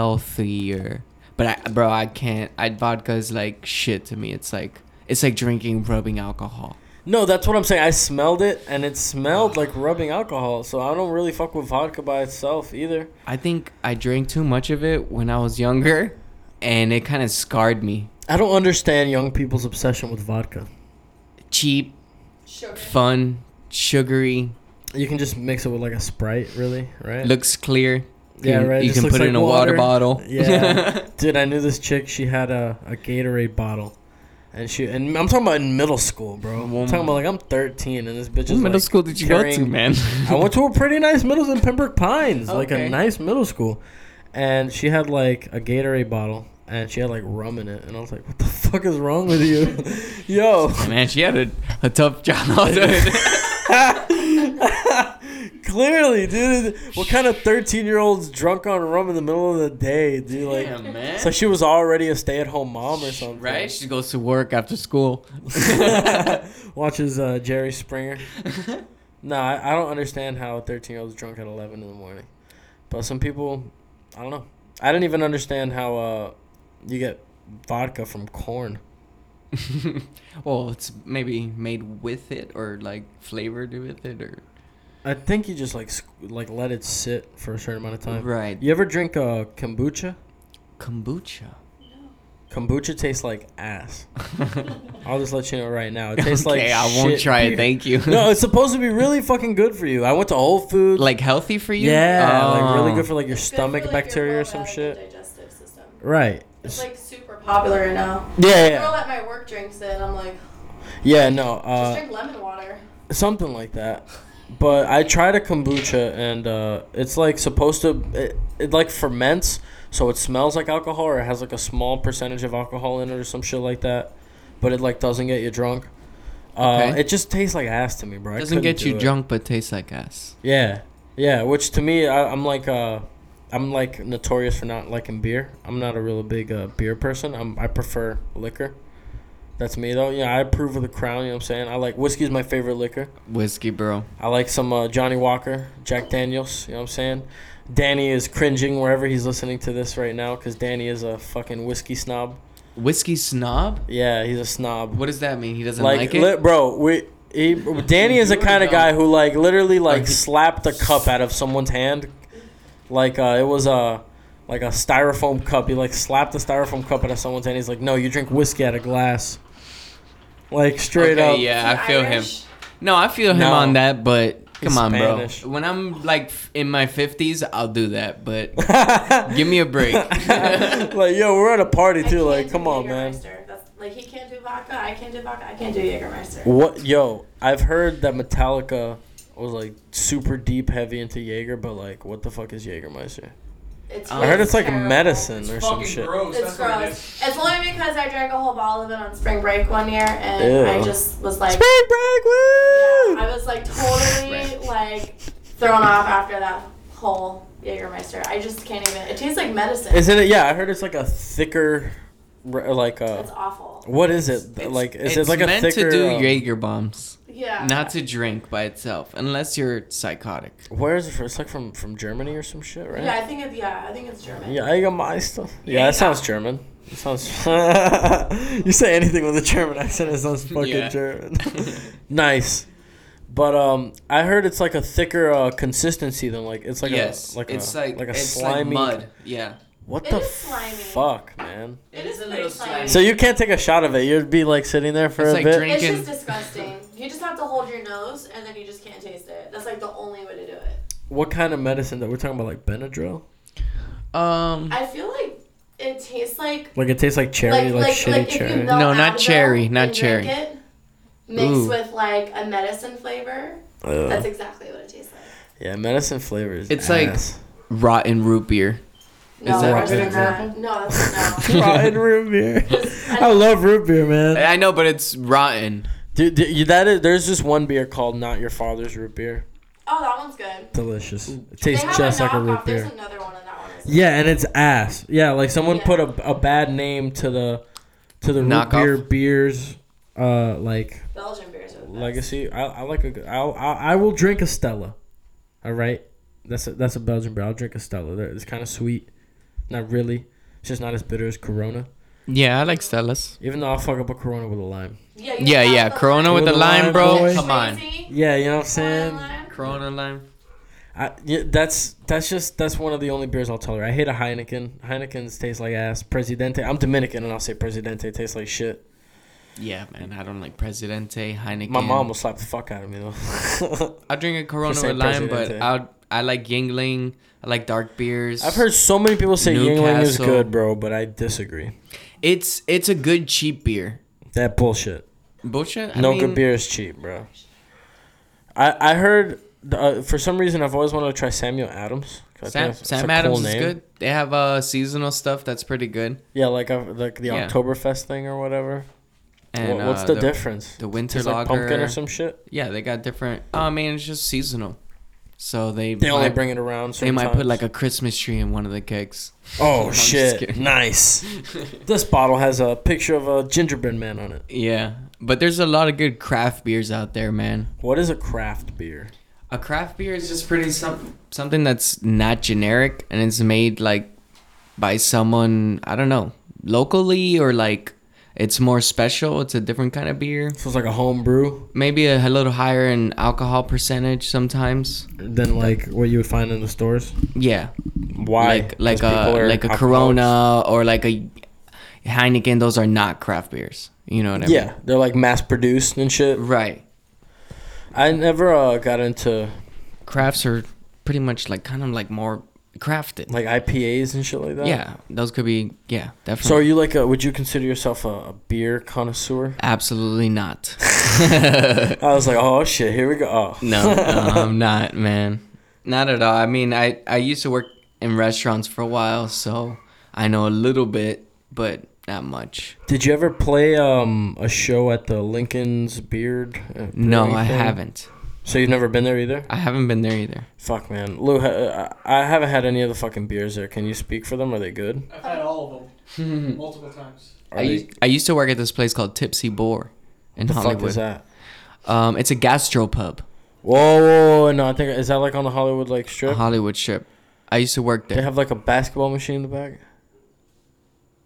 C: healthier. But I, bro, I can't. I vodka is like shit to me. It's like it's like drinking rubbing alcohol.
B: No, that's what I'm saying. I smelled it, and it smelled like rubbing alcohol. So I don't really fuck with vodka by itself either.
C: I think I drank too much of it when I was younger, and it kind of scarred me.
B: I don't understand young people's obsession with vodka.
C: Cheap,
D: Sugar.
C: fun, sugary,
B: You can just mix it with like a Sprite, really, right?
C: looks clear.
B: Yeah,
C: You-
B: right,
C: You
B: just
C: can
B: looks
C: put it in a
B: like
C: water,
B: water.
C: bottle.
B: Yeah. Dude, I knew this chick. She had a, a Gatorade bottle. And she and I'm talking about in middle school, bro. I'm
C: Woman.
B: talking about like I'm 13 and this bitch is
C: what middle
B: like,
C: school did you go to,
B: carrying-
C: man?
B: I went to a pretty nice middle in Pembroke Pines, like a
C: Okay.
B: nice middle school. And she had like a Gatorade bottle and she had like rum in it and I was like, "What the fuck is wrong with you?" Yo.
C: man, she had a, a tough job.
B: Clearly, dude. What kind of 13-year-old's drunk on rum in the middle of the day, dude? Like
C: Damn, man.
B: So she was already a stay-at-home mom or something.
C: Right? She goes to work after school.
B: Watches uh, Jerry Springer. no, I, I don't understand how a 13 year old's drunk at 11 in the morning. But some people, I don't know. I didn't even understand how uh, you get vodka from corn.
C: well, it's maybe made with it or like flavored with it or
B: I think you just like squ- like let it sit for a certain amount of time.
C: right.
B: You ever drink uh, kombucha?
C: Kombucha.
B: Kombucha tastes like ass. I'll just let you know right now. It tastes like
C: okay, I won't
B: shit
C: try
B: beer.
C: it. Thank you.
B: No, it's supposed to be really fucking good for you. I went to Whole Foods.
C: like healthy for you?
B: Yeah, like really
C: Oh.
B: good for like your
D: It's good for,
B: stomach
D: like, your
B: bacteria or
D: probiotic
B: some
D: and
B: shit.
D: Digestive system.
B: Right.
D: It's like super popular now.
B: yeah,
D: The girl
B: yeah,
D: at my work drinks it, and I'm like,
B: yeah. No,
D: just
B: uh,
D: drink lemon water.
B: something like that. But I tried a kombucha, and uh, it's like supposed to. It, it like ferments, so it smells like alcohol, or it has like a small percentage of alcohol in it, or some shit like that. But it like doesn't get you drunk. Uh,
C: Okay.
B: It just tastes like ass to me, bro. I
C: Doesn't
B: couldn't
C: get
B: do
C: you
B: it.
C: drunk but tastes like ass.
B: Yeah, yeah. Which to me, I, I'm like, uh, I'm like notorious for not liking beer. I'm not a real big uh, beer person. I'm, I prefer liquor. That's me though. Yeah, I approve of the crown. You know what I'm saying? I like whiskey is my favorite liquor.
C: Whiskey, bro.
B: I like some uh, Johnny Walker, Jack Daniels. You know what I'm saying? Danny is cringing wherever he's listening to this right now because Danny is a fucking whiskey snob.
C: Whiskey snob?
B: Yeah, he's a snob.
C: What does that mean? He doesn't like,
B: Like,
C: it?
B: li- bro, we. He, Danny is the
C: Here we
B: kind of
C: go.
B: guy who like literally like
C: he-
B: slapped a cup out of someone's hand, like uh, it was a like a styrofoam cup. He like slapped a styrofoam cup out of someone's hand. He's like, "No, you drink whiskey out of glass." Like straight
C: Okay,
B: up,
C: Yeah,
D: Is he
C: I feel him.
D: Irish?
C: No, I feel him
B: No.
C: on that, but Come on, bro.
B: Spanish.
C: When I'm like f- in my 50s, I'll do that, but give me a break.
B: like, yo, we're at a party
D: I
B: too.
D: can't
B: Like,
D: do
B: come on, man.
D: Jägermeister. That's, like he can't do vodka. I can't do vodka. I can't do Jägermeister.
B: What, yo? I've heard that Metallica was like super deep, heavy into Jaeger, but like, what the fuck is Jaegermeister?
D: It's
B: I heard it's like
D: terrible.
B: medicine
E: It's
B: or some
E: fucking
B: shit.
E: gross.
D: It's
E: That's what it is.
D: gross. It's only because I drank a whole bottle of it on spring break one year, and I
B: Ew.
D: just was like,
B: Spring break, woo!
D: I was like totally like thrown off after that whole Jägermeister. I just can't even. It tastes like medicine.
B: Isn't it? Yeah, I heard it's like a thicker, re- like
D: it's
B: a.
D: awful.
B: What is it?
C: It's-
B: like, is it
C: it's
B: like a
C: meant
B: thicker?
C: to do
B: um,
C: Jaeger bombs,
D: Yeah.
C: not to drink by itself, unless you're psychotic.
B: Where is it from? It's like from from Germany or some shit, right?
D: Yeah, I think it's yeah, I think it's German.
B: Yeah, Jägermeister. Yeah, that sounds German. It sounds. you say anything with a German accent, it sounds fucking
C: Yeah.
B: German. nice, but um, I heard it's like a thicker uh, consistency than like it's like
C: yes,
B: a like
C: it's
B: a
C: like
B: like a
C: it's
B: slimy.
C: like mud. Yeah,
B: What
D: It
B: the
D: is slimy.
B: fuck, man?
D: It is pretty slimy.
B: So you can't take a shot of it. You'd be like sitting there for
C: It's
B: a
C: like
B: bit.
C: drink-
D: It's just
C: Drinking.
D: disgusting. You just have to hold your nose and then you just can't taste it. That's like the only way to do it.
B: what kind of medicine that we're talking about? Like Benadryl?
C: Um,
D: I feel like it tastes like
B: Like it tastes like cherry,
D: like
B: like, shitty cherry.
D: melt
C: No, not
D: Advil
C: cherry, not
D: and drink
C: cherry.
D: It, mixed
C: Ooh.
D: with like a medicine flavor.
B: Ugh.
D: That's exactly what it tastes like.
B: yeah, medicine flavors.
C: It's like- rotten root beer.
D: No,
C: that
D: worse
C: a good
D: than that. No, that's no.
B: rotten root beer.
D: Just- I
B: I love root beer, man.
C: I know, but it's rotten.
B: Dude, d- you- that is, there's this one beer called Not Your Father's Root Beer.
D: Oh, that one's good.
B: Delicious. It
D: They
B: tastes
D: have
B: just
D: a
B: like
D: knockoff.
B: a root
D: There's
B: beer.
D: another one, and that one is.
B: Yeah, and it's ass. Yeah, like someone
D: Yeah.
B: put a, a bad name to the to the root
C: Knockoff?
B: beer beers uh like
D: Belgian beers are the best.
B: legacy. I, I like a good- I'll, I'll, I will drink a Stella. All right. That's a, that's a Belgian beer. I'll drink a Stella. They're- It's kind of sweet. Not really. It's just not as bitter as Corona.
C: Yeah, I like Stella's.
B: Even though I'll fuck up a Corona with a lime.
D: Yeah, you
C: Yeah,
D: have
C: yeah,
D: the
C: Corona with,
B: With
C: the
B: the
C: lime,
B: lime,
C: bro.
B: boy.
C: Come on.
D: Crazy
B: Yeah, you know what I'm
D: Corona
B: saying?
D: lime.
C: Corona lime.
B: I, yeah, that's that's just that's one of the only beers I'll tolerate. I hate a Heineken. Heineken's taste like ass. Presidente. I'm Dominican and I'll say Presidente tastes like shit.
C: Yeah, man, I don't like Presidente, Heineken.
B: My mom will slap the fuck out of me though.
C: I'll drink a Corona
B: saying
C: with lime, but
B: Presidente.
C: I I like Yingling. I like dark beers.
B: I've heard so many people say Yingling is
C: Newcastle.
B: good, bro, but I disagree.
C: it's it's a good cheap beer.
B: That bullshit.
C: Bullshit. I
B: no
C: mean,
B: good beer is cheap, bro. I I heard uh, for some reason I've always wanted to try Samuel Adams. 'cause I think
C: Sam,
B: that's- that's a
C: Sam
B: cool
C: Adams is
B: name.
C: good. They have uh seasonal stuff that's pretty good.
B: Yeah, like uh, like the
C: Yeah.
B: Oktoberfest thing or whatever.
C: And
B: Wha- what's
C: uh,
B: the, difference?
C: The winter
B: It's
C: lager.
B: like pumpkin or some shit.
C: Yeah, they got different. Oh man, it's just seasonal. So they
B: They only
C: might-
B: bring it around.
C: they might put like a Christmas tree in one of the kegs.
B: oh
C: just
B: shit,
C: kidding.
B: nice. this bottle has a picture of a gingerbread man on it.
C: Yeah, but there's a lot of good craft beers out there, man.
B: What is a craft beer?
C: A craft beer is just pretty some something that's not generic and it's made like by someone I don't know locally or like it's more special. It's a different kind of beer.
B: So it's like a home brew
C: Maybe a, little higher in alcohol percentage sometimes.
B: than like what you would find in the stores.
C: Yeah,
B: Why?
C: like like
B: 'Cause people
C: a
B: are
C: like a
B: alcoholics.
C: Corona or like a Heineken. Those are not craft beers. You know what I mean?
B: Yeah, they're like mass produced and shit.
C: Right.
B: I never uh, got into
C: Crafts are pretty much like kind of like more crafted.
B: like IPAs and shit like that.
C: yeah, those could be yeah definitely.
B: So are you like a? Would you consider yourself a, a beer connoisseur?
C: Absolutely not.
B: I was like, oh shit, here we go. Oh.
C: No, no, I'm not, man. Not at all. I mean, I I used to work in restaurants for a while, so I know a little bit, but not much.
B: Did you ever play um a show at the Lincoln's Beard? uh,
C: No,
B: brewery
C: I
B: thing?
C: haven't.
B: So you've never been there either?
C: I haven't been there either.
B: Fuck, man, Lou, ha- uh, I haven't had any of the fucking beers there. Can you speak for them? Are they good?
E: I've had all of them multiple times.
B: Are
C: I
B: they-
C: used, I used to work at this place called Tipsy Boar in
B: the fuck is
C: Hollywood.
B: that?
C: Um, it's a gastropub,
B: Whoa, whoa, whoa, no, I think is that like on the Hollywood like
C: a
B: strip?
C: Hollywood strip. I used to work
B: They
C: there.
B: have like a basketball machine in the back.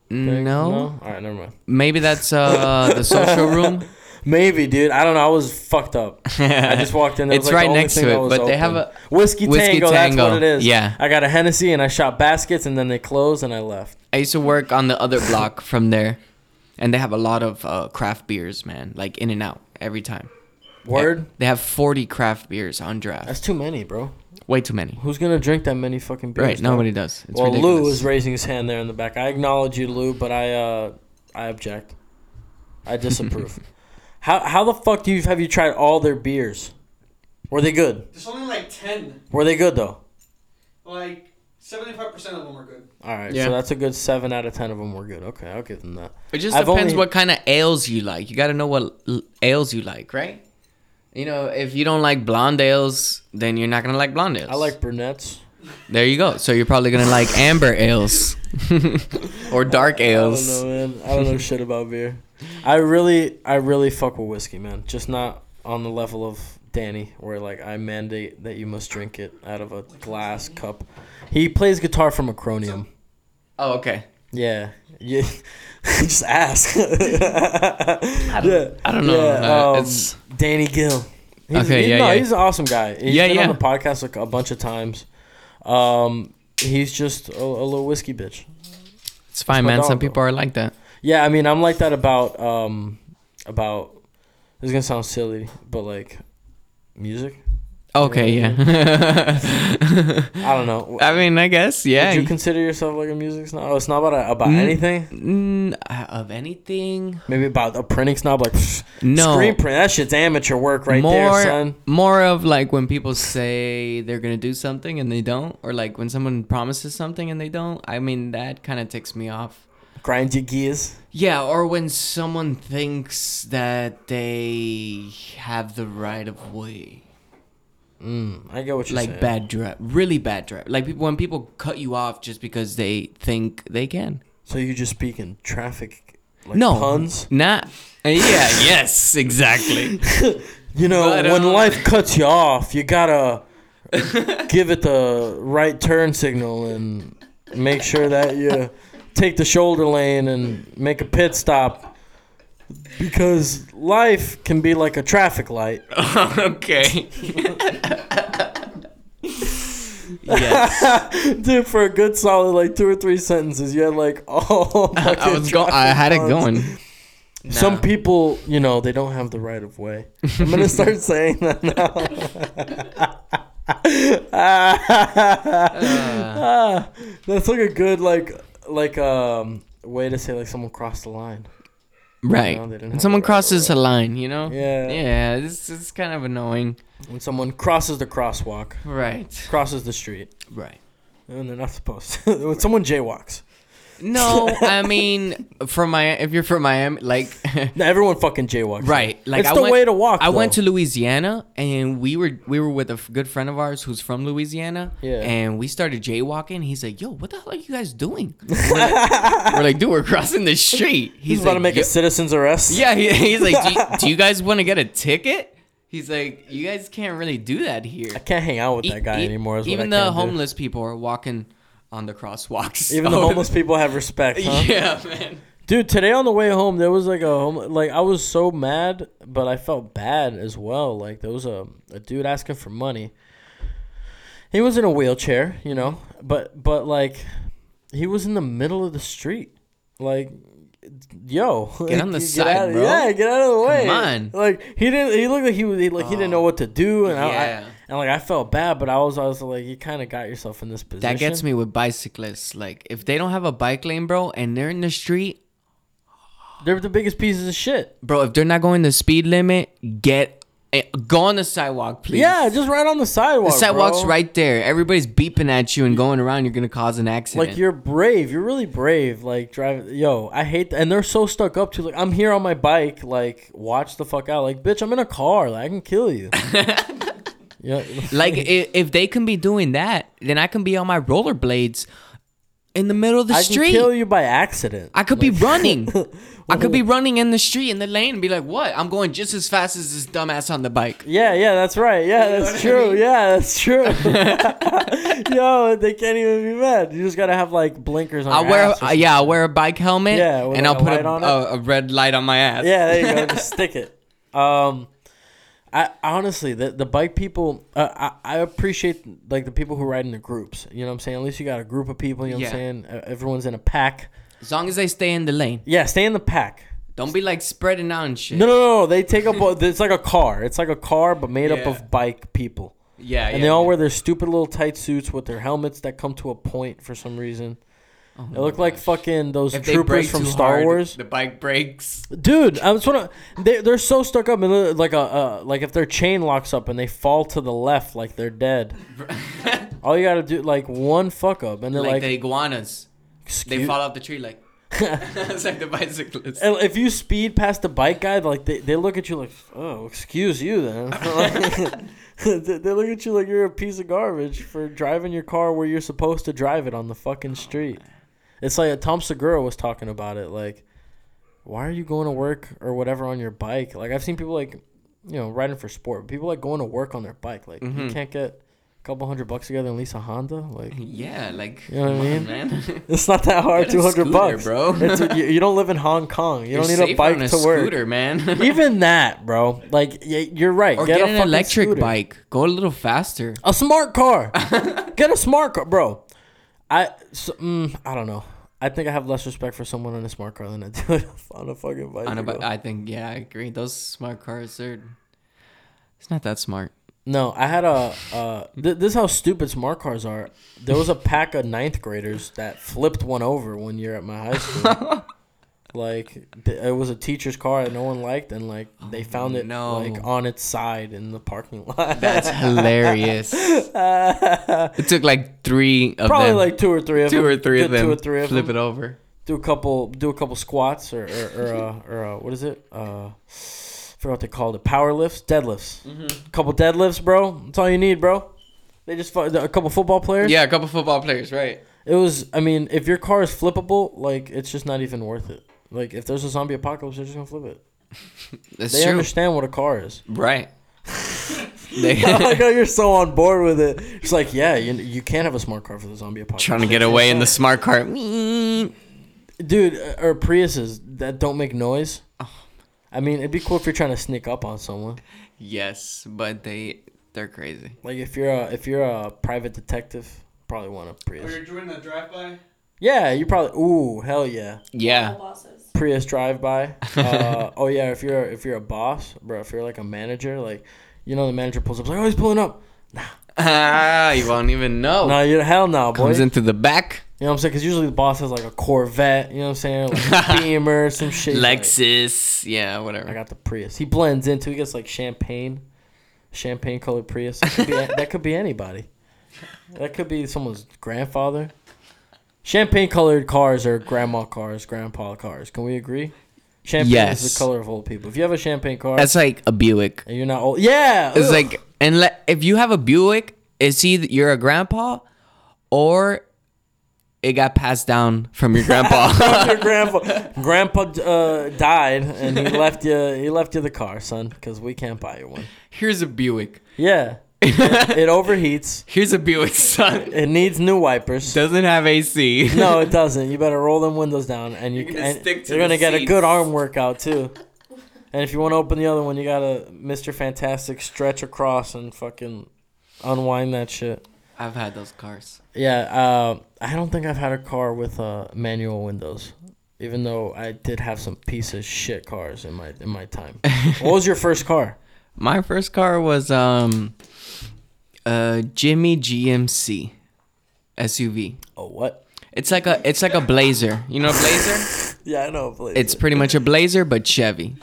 C: no,
B: All right, never mind.
C: maybe that's uh the social room.
B: Maybe, dude. I don't know. I was fucked up. I just walked in. There.
C: It's right next to it, but they have a-
B: whiskey tango.
C: Whiskey
B: That's
C: Tango,
B: what it is.
C: yeah.
B: I got a Hennessy and I shot baskets, and then they closed and I left.
C: I used to work on the other block from there, and they have a lot of uh, craft beers, man. Like in and out every time.
B: Word?
C: They have 40 craft beers on draft.
B: That's too many, bro.
C: Way too many.
B: Who's gonna drink that many fucking beers?
C: Right,
B: dog?
C: nobody does. It's
B: well,
C: ridiculous.
B: Lou is raising his hand there in the back. I acknowledge you, Lou, but I uh, I object. I disapprove. how how the fuck do you have you tried all their beers? Were they good?
E: There's only like ten.
B: Were they good though?
E: Like seventy-five percent of them are good.
B: All right,
C: Yeah.
B: so that's a good seven out of ten of them were good. Okay, I'll give them that.
C: It just
B: I've
C: depends
B: only-
C: what kind of ales you like. You got to know what l- ales you like, right? You know, if you don't like blonde ales, then you're not gonna like blonde ales.
B: I like brunettes.
C: There you go. So you're probably gonna like amber ales or dark
B: I
C: ales.
B: don't know, man. I don't know shit about beer. I really, I really fuck with whiskey, man. Just not on the level of Danny, where like I mandate that you must drink it out of a glass cup. He plays guitar from a cronium.
C: Oh, okay.
B: Yeah. Yeah. Just ask. I don't, yeah.
C: I don't know. Uh,
B: um,
C: it's-
B: Danny Gill. He's,
C: Okay,
B: he-
C: yeah,
B: no,
C: yeah.
B: he's an awesome guy. He's
C: Yeah,
B: been
C: yeah.
B: on the podcast like a bunch of times. Um, he's just a, a little whiskey bitch.
C: It's fine,
B: my
C: man.
B: dog,
C: Some
B: bro.
C: people are like that.
B: Yeah, I mean, I'm like that about um, about. This is gonna sound silly, but like, music.
C: Okay, yeah.
B: I don't know.
C: I mean, I guess, yeah.
B: Would you consider yourself like a music snob? Oh, a snob about about
C: Mm.
B: anything?
C: Mm, uh, of anything,
B: Maybe about a printing snob, like pfft,
C: No.
B: screen print. That shit's amateur work right
C: more,
B: there, son.
C: more of like when people say they're gonna do something and they don't, or like when someone promises something and they don't. I mean, that kind of ticks me off.
B: Grind your gears.
C: Yeah, or when someone thinks that they have the right of way.
B: I get what you're
C: like
B: saying.
C: bad drive, really bad drive. Like people, when people cut you off just because they think they can.
B: So you just speak in traffic like
C: No
B: puns.
C: Not. uh, yeah. yes. Exactly.
B: You know,
C: But,
B: when
C: uh,
B: life cuts you off, you gotta give it the right turn signal and make sure that you take the shoulder lane and make a pit stop. Because life can be like a traffic light.
C: okay. yes.
B: Dude, for a good solid like two or three sentences, you had like all.
C: I was going. I had it going.
B: Some people, you know, they don't have the right of way. I'm gonna start saying that now.
C: Uh.
B: Ah, that's like a good like like um way to say like someone crossed the line.
C: Right.
B: No, they didn't
C: When
B: have
C: someone
B: the right
C: crosses a line, you know.
B: Yeah.
C: Yeah. This is kind of annoying.
B: When someone crosses the crosswalk,
C: Right.
B: crosses the street,
C: Right.
B: and they're not supposed. to. when someone jaywalks,
C: No, I mean, from my if you're from Miami, like
B: now everyone fucking jaywalks.
C: Right,
B: like
C: like
B: it's
C: I
B: the
C: went,
B: way to walk.
C: I went
B: though.
C: to Louisiana, and we were we were with a f- good friend of ours who's from Louisiana.
B: Yeah.
C: And we started jaywalking. He's like, "Yo, what the hell are you guys doing?" We're like, we're like, "Dude, we're crossing the street."
B: He's about to make
C: "Yo-"
B: a citizen's arrest.
C: Yeah, he- he's like, "Do you, do you guys want to get a ticket?" He's like, "You guys can't really do that here."
B: I can't hang out with that guy
C: E- e-
B: anymore. Is what
C: even
B: I
C: the
B: can do.
C: homeless people are walking on the crosswalks.
B: even the
C: so-
B: homeless people have respect. Huh?
C: Yeah, man.
B: Dude, today on the way home, there was like a home, like I was so mad, but I felt bad as well. Like there was a, a dude asking for money. He was in a wheelchair, you know, but but like he was in the middle of the street, like. Yo,
C: Get on the
B: like,
C: side,
B: out of-
C: bro.
B: Yeah, get out of the way.
C: on. Oh,
B: Like he didn't. He looked like he was he, like he didn't know what to do, and I,
C: Yeah.
B: I and like I felt bad, but I was also like, you kind of got yourself in this position.
C: That gets me with bicyclists. Like, if they don't have a bike lane, bro, and they're in the street,
B: They're the biggest pieces of shit.
C: bro, if they're not going the speed limit, get eh, go on the sidewalk, please.
B: Yeah, just right on the sidewalk.
C: the sidewalk's
B: bro.
C: right there. Everybody's beeping at you and going around. You're gonna cause an accident.
B: Like you're brave. You're really brave. Like driving. Yo, I hate. Th- and they're so stuck up to. Like I'm here on my bike. Like watch the fuck out. Like bitch, I'm in a car. Like I can kill you. yeah.
C: like if, if they can be doing that, then I can be on my rollerblades in the middle of the
B: I can
C: street.
B: kill you by accident.
C: I could be running. I could be running in the street in the lane and be like, "What? I'm going just as fast as this dumbass on the bike."
B: yeah, yeah, that's right. Yeah, that's true. Yeah, that's true. Yo, they can't even be mad. You just gotta have like blinkers on.
C: I
B: your
C: wear
B: ass or
C: uh, yeah, I wear a bike helmet.
B: Yeah, with
C: and
B: like
C: I'll
B: a
C: put
B: light
C: a,
B: on it.
C: a, a red light on my ass.
B: Yeah, there you go. Just stick it. Um, I honestly, the the bike people, uh, I I appreciate like the people who ride in the groups. You know what I'm saying? At least you got a group of people. You know what E,
C: Yeah.
B: I'm saying? Uh, Everyone's in a pack.
C: As long as they stay in the lane.
B: Yeah, stay in the pack.
C: Don't be like spreading out and shit.
B: No, no, no. They take up. a- It's like a car. It's like a car, but made up
C: Yeah.
B: of bike people.
C: Yeah,
B: And they all wear their stupid little tight suits with their helmets that come to a point for some reason. they look like fucking those
C: Oh If they
B: troopers
C: brake
B: from
C: too
B: Star
C: hard,
B: Wars.
C: The bike breaks.
B: Dude, I was want to. They they're so stuck up in the- like a uh, like if their chain locks up and they fall to the left like they're dead. all you gotta do like one fuck up and they're
C: like,
B: like,
C: the iguanas. They
B: excuse.
C: fall off the tree like. it's like the bicyclists.
B: and if you speed past the bike guy, like they, they look at you like, oh, excuse you then. they they look at you like you're a piece of garbage for driving your car where you're supposed to drive it on the fucking street. It's like Tom Segura was talking about it. Like, why are you going to work or whatever on your bike? Like I've seen people like, you know, riding for sport. People like going to work on their bike. Like
C: Mm-hmm.
B: you can't get a couple hundred bucks together and lease a Honda. Like
C: Yeah, like.
B: know what I
C: come on,
B: mean?
C: man.
B: it's not that hard.
C: Get a
B: Two hundred
C: scooter,
B: bucks,
C: bro.
B: It's, you, you don't live in Hong Kong. You don't
C: You're
B: need a
C: safe
B: bike
C: on a
B: to work.
C: Scooter, man.
B: Even that, bro. Like, y- you're right.
C: or
B: get
C: get,
B: a
C: an
B: fucking
C: electric
B: scooter.
C: bike. Go a little faster.
B: A smart car. get a smart car, bro. I so, mm, I don't know. I think I have less respect for someone on a smart car than I do on a fucking bike.
C: On a
B: bro.
C: bi- I think yeah, I agree. Those smart cars are. It's not that smart.
B: No, I had a. Uh, th- this is how stupid smart cars are. There was a pack of ninth graders that flipped one over one year at my high school. like th- it was a teacher's car that no one liked, and like they found it
C: no.
B: like on its side in the parking lot.
C: That's hilarious. it took like three of
B: Probably
C: them.
B: like two or three of
C: two
B: them.
C: or three of
B: Get
C: them.
B: Two or three of
C: flip
B: them.
C: it over.
B: Do a couple. Do a couple squats or or or, uh, or uh, what is it? Uh, forgot what they called it. Power lifts, deadlifts. Couple deadlifts, bro. That's all you need, bro. They just fu- a couple football players.
C: Yeah, a couple football players, right?
B: It was. I mean, if your car is flippable, like it's just not even worth it. Like if there's a zombie apocalypse, they're just gonna flip it.
C: That's
B: They
C: true.
B: understand what a car is.
C: Right. they
B: I like how you're so on board with it. It's like, yeah, you you can't have a smart car for the zombie apocalypse.
C: trying to get away in the smart car.
B: dude uh, or Priuses that don't make noise.
C: Oh.
B: I mean, it'd be cool if you're trying to sneak up on someone.
C: yes, but they they're crazy.
B: Like if you're a if you're a private detective, probably want a
E: Or
B: Prius.
E: you're doing the drive-by.
B: Yeah, you probably. Ooh, hell yeah.
C: Yeah.
D: Bosses.
B: Prius drive by. Uh, oh yeah, if you're if you're a boss, bro, if you're like a manager, like you know the manager pulls up, like oh he's pulling up.
C: Ah, you won't even know.
B: No, you're hell no, boy.
C: Comes in through the back.
B: you know what I'm saying? Because usually the boss has like a Corvette, you know what I'm saying, or, like a Beamer, some shit. He's like,
C: Lexus. Yeah,
B: I
C: whatever.
B: got the Prius. He blends into. He gets like champagne, champagne colored Prius. That could, be, that could be anybody. That could be someone's grandfather. Champagne colored cars are grandma cars, grandpa cars. Can we agree? Champagne is
C: Yes.
B: the color of old people. If you have a champagne car,
C: That's like a Buick.
B: and you're not old, yeah.
C: It's
B: ugh.
C: like, and le- if you have a Buick, it's either you're a grandpa or it got passed down from your grandpa.
B: your grandpa grandpa uh, died and he left you he left you the car son because we can't buy you one
C: Here's a Buick.
B: yeah it overheats
C: Here's a Buick, son.
B: it needs new wipers
C: Doesn't have AC.
B: no it doesn't you better roll them windows down and you
C: You're
B: can
C: gonna
B: and
C: stick to
B: you're
C: the
B: gonna get a
C: seats.
B: good arm workout too and if you want to open the other one you gotta mr fantastic stretch across and fucking unwind that shit
C: I've had those cars.
B: Yeah, uh, I don't think I've had a car with uh, manual windows, even though I did have some piece of shit cars in my in my time. what was your first car?
C: My first car was um, a Jimmy GMC SUV.
B: Oh, what?
C: It's like a it's like a Blazer. You know a Blazer?
B: Yeah, I know. Blazer.
C: it's pretty much a Blazer but Chevy.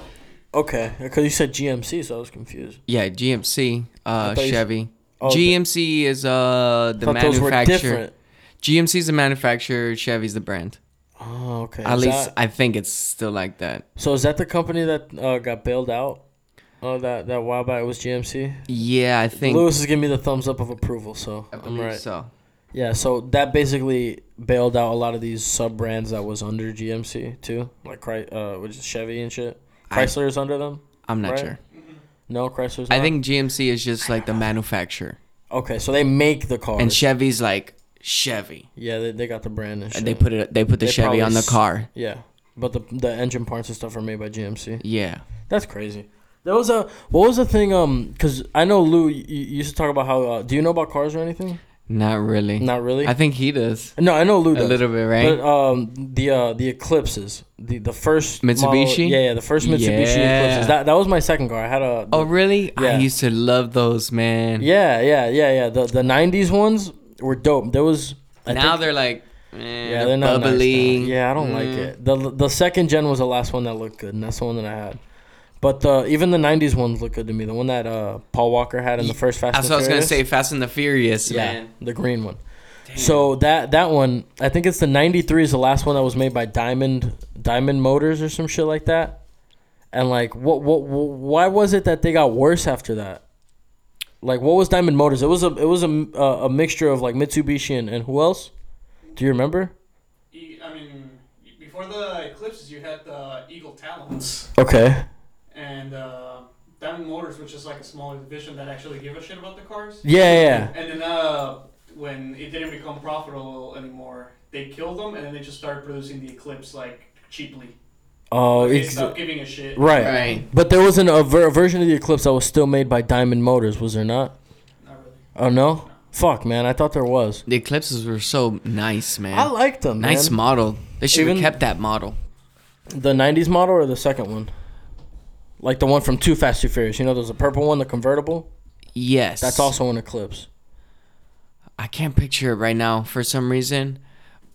B: okay because you said GMC, so I was confused.
C: Yeah, GMC, uh,
B: thought you-
C: Chevy.
B: Oh, the-
C: GMC is uh the
B: Thought those were
C: manufacturer.
B: different.
C: GMC is the manufacturer. Chevy's the brand.
B: Oh, okay.
C: At
B: Is
C: least
B: that-
C: I think it's still like that.
B: so is that the company that uh, got bailed out? Oh, that that while back was GMC.
C: Yeah, I think.
B: Lewis is giving me the thumbs up of approval, so
C: I
B: I'm
C: believe
B: right.
C: so.
B: Yeah, so that basically bailed out a lot of these sub brands that was under GMC too, like Chry- uh, which is Chevy and shit.
C: I-
B: Chrysler's under them.
C: I'm not
B: Right?
C: sure.
B: No, Chrysler's.
C: I
B: not?
C: think GMC is just like the manufacturer,
B: Okay, so they make the cars.
C: and Chevy's like Chevy.
B: yeah, they, they got the brand and shit.
C: They put it. They put the
B: They
C: Chevy
B: probably
C: on the
B: s-
C: car.
B: yeah, but the the engine parts and stuff are made by GMC.
C: Yeah.
B: That's crazy. There was a what was the thing um because I know Lou you, you used to talk about how uh, do you know about cars or anything?
C: Not really.
B: Not really.
C: I think he does.
B: no, I know Lou does.
C: A little bit, right?
B: But um, the uh, the Eclipses, the the first model-
C: Mitsubishi?
B: yeah, yeah, the first Mitsubishi
C: Yeah.
B: Eclipses. That that was my second car. I had a.
C: oh, really? I
B: Yeah.
C: used to love those, man.
B: yeah, yeah, yeah, yeah. The the '90s ones were dope. There was I
C: now
B: think-
C: they're like, eh,
B: yeah,
C: they're,
B: they're not nice now.
C: bubbly.
B: yeah, I don't like
C: Mm.
B: it. the The second gen was the last one that looked good, and that's the one that I had. But the, even the '90s ones look good to me. The one that uh, Paul Walker had in the first Fast.
C: That's
B: and
C: what I was gonna
B: Furious.
C: say. Fast and the Furious, man.
B: the green one. So that that one, I think it's the '93 is the last one that was made by Diamond Diamond Motors or some shit like that. And like, what what wh- why was it that they got worse after that? Like, what was Diamond Motors? It was a it was a, a, a mixture of like Mitsubishi and, and who else? Do you remember?
E: E- I mean, before the eclipses, you had the Eagle Talons
B: Okay.
E: and uh, Diamond Motors, which is like a smaller division that actually give a shit about the cars.
B: Yeah, yeah.
E: And then uh, when it didn't become profitable anymore, they killed them, and then they just started producing the Eclipse like cheaply.
B: Oh,
E: They
B: it's,
E: stopped giving a shit.
B: right.
C: Right.
B: But there was an, a, ver- a version of the Eclipse that was still made by Diamond Motors, was there not?
E: Not really.
B: Oh no. Fuck, man, I thought there was.
C: The Eclipses were so nice, man.
B: I liked them.
C: nice
B: man.
C: model. They should have
B: Even-
C: kept that model.
B: The '90s model or the second one? Like the one from Too Fast Too Furious. You know, there's a purple one, the convertible.
C: Yes.
B: That's also an Eclipse.
C: I can't picture it right now for some reason,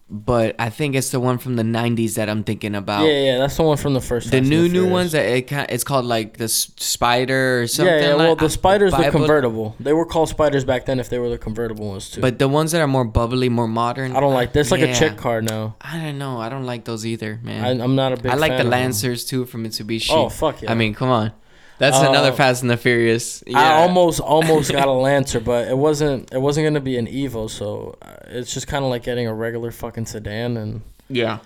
C: but I think it's the one from the '90s that I'm thinking about.
B: Yeah, yeah, yeah, that's the one from the first.
C: Oh. The
B: Fast and
C: new new
B: Furious.
C: ones that it, ca- it's called like the s- spider or something.
B: yeah, yeah.
C: like-
B: Well, the spiders, the
C: Bible-
B: convertible. They were called spiders back then. If they were the convertible ones too.
C: But the ones that are more bubbly, more modern.
B: I don't like. There's like
C: Yeah.
B: a chick car now.
C: I don't know. I don't like those either, man.
B: I, I'm not a big.
C: I like
B: fan
C: the
B: of them.
C: Lancers too from Mitsubishi.
B: Oh, fuck yeah.
C: I mean, come on, that's
B: Uh,
C: another Fast and the Furious.
B: I
C: Yeah.
B: almost almost got a Lancer, but it wasn't it wasn't gonna be an Evo, so uh, it's just kind of like getting a regular fucking sedan and.
C: yeah.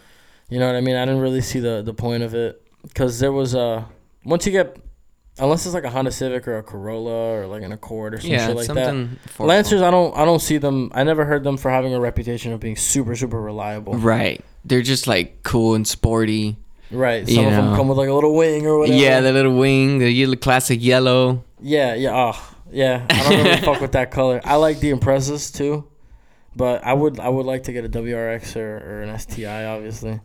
B: You know what I mean? I didn't really see the the point of it because there was uh, once you get unless it's like a Honda Civic or a Corolla or like an Accord or some
C: Yeah,
B: shit like that.
C: something. affordable.
B: Lancers, I don't I don't see them. I never heard them for having a reputation of being super super reliable.
C: Right. They're just like cool and sporty.
B: Right. Some
C: You
B: of them
C: know.
B: come with like a little wing or whatever.
C: Yeah, the little wing, the yellow, classic yellow.
B: yeah. Yeah. Oh, yeah. I don't really fuck with that color. I like the Impressas too, but I would I would like to get a WRX or, or an STI. Obviously,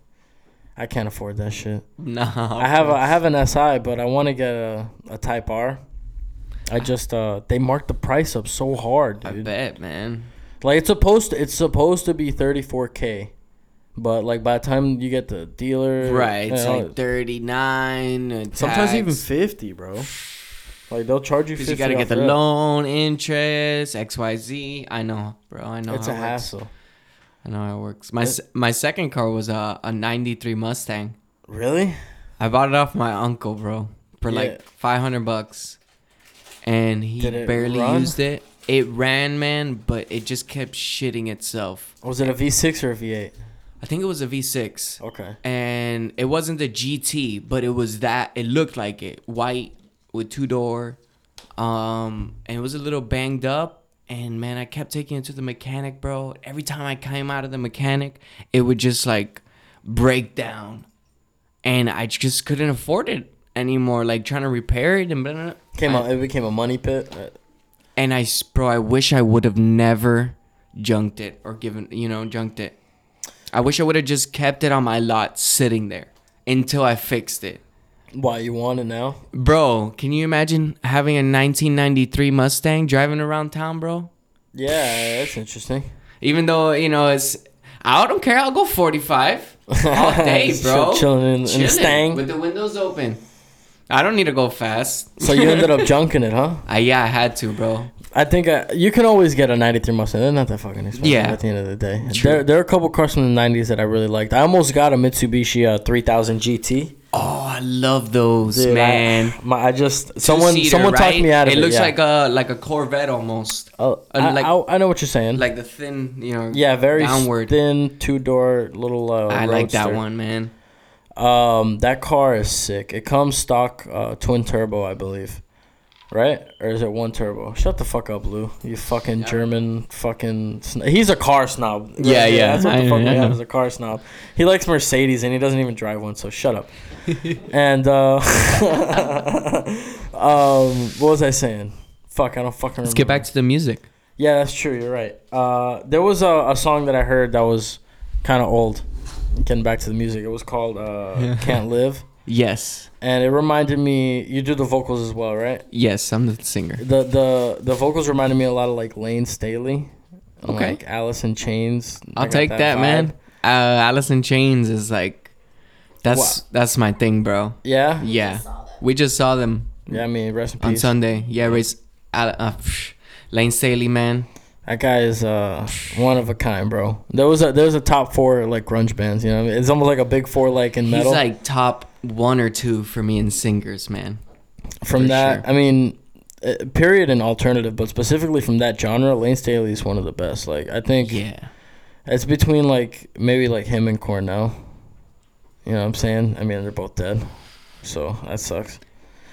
B: I can't afford that shit.
C: Nah.
B: I have a, I have an SI, but I want to get a, a Type R. I just uh they marked the price up so hard,
C: I
B: dude.
C: bet, man.
B: Like it's supposed to, it's supposed to be 34k, but like by the time you get the dealer,
C: Right.
B: you
C: It's
B: know,
C: like 39. and
B: sometimes even
C: tax.
B: 50, bro. Like they'll charge you
C: 'Cause
B: 50.
C: you gotta
B: off
C: get the
B: rip.
C: loan, interest, X, Y, Z. I know, bro. I know.
B: It's
C: how
B: a
C: it works.
B: hassle.
C: I know how it works. My s my second car was a a '93 Mustang.
B: Really?
C: I bought it off my uncle, bro, for
B: Yeah.
C: like 500 bucks, and he
B: Did it
C: barely
B: run?
C: used it. It ran, man, but it just kept shitting itself.
B: Was it a V6 or a V8?
C: I think it was a V6.
B: Okay.
C: and it wasn't the GT, but it was that. It looked like it, white with two door, um, and it was a little banged up. And man, I kept taking it to the mechanic, bro. Every time I came out of the mechanic, it would just like break down, and I just couldn't afford it anymore. Like trying to repair it, and blah, blah, blah.
B: Came
C: I-
B: out. It became a money pit. Uh,
C: and I, s- bro, I wish I would have never junked it or given, you know, junked it. I wish I would have just kept it on my lot sitting there until I fixed it.
B: Why you want it now?
C: Bro, can you imagine having a 1993 Mustang driving around town, bro?
B: Yeah, that's interesting.
C: Even though, you know, it's, I don't care. I'll go 45 all day,
B: Just
C: bro.
B: chilling in- in the
C: Chilling
B: Stang.
C: With the windows open. I don't need to go fast.
B: So you ended up junking it, huh?
C: I, yeah, I had to, bro.
B: I think uh, you can always get a 93 Mustang. They're not that fucking expensive
C: Yeah.
B: at the end of the day.
C: True.
B: There, there are a couple cars from the 90s that I really liked. I almost got a Mitsubishi uh, 3000 GT.
C: Oh, I love those,
B: Dude, I-
C: man.
B: my, I just someone
C: two-seater,
B: someone talked
C: right?
B: me out of it.
C: It looks
B: yeah.
C: like a like a Corvette almost,
B: Oh,
C: a-
B: I,
C: like-
B: I, I know what you're saying.
C: like the thin, you know.
B: yeah, very
C: downward.
B: thin two door little. Uh,
C: I like that
B: roadster.
C: one, man.
B: Um, that car is sick. It comes stock uh, twin turbo, I believe. Right? Or is it one turbo? Shut the fuck up, Lou. You fucking German fucking. Sn- He's a car snob.
C: Yeah, yeah.
B: That's what
C: I-
B: the fuck we
C: I know.
B: have is a car snob. He likes Mercedes and he doesn't even drive one, so shut up. and, uh. um, what was I saying? Fuck, I don't fucking remember.
C: Let's get back to the music.
B: Yeah, that's true. You're right. Uh, there was a, a song that I heard that was kind of old. Getting back to the music, it was called uh, "Can't Live,"
C: Yes.
B: and it reminded me. You do the vocals as well, right?
C: Yes, I'm the singer.
B: The the the vocals reminded me a lot of like Lane Staley. and,
C: Okay.
B: Like Alice in Chains. I
C: I'll
B: got
C: take that,
B: vibe.
C: man. Uh, Alice in Chains is like, that's
B: What?
C: that's my thing, bro.
B: Yeah.
C: Yeah,
D: saw that.
C: we just saw them
B: Yeah, I mean, rest in
C: on
B: peace.
C: Sunday. Yeah, Race, Al- uh, psh, Lane Staley, man.
B: That guy is uh one of a kind, bro. There was a there was a top four like grunge bands. You know, what I mean? it's almost like a big four like in metal.
C: He's like top one or two for me in singers, man.
B: from
C: for
B: that,
C: sure.
B: I mean, uh, period and alternative, but specifically from that genre, Lane Staley is one of the best. Like I think
C: Yeah,
B: it's between like maybe like him and Cornell. You know what I'm saying? I mean, they're both dead, so that sucks.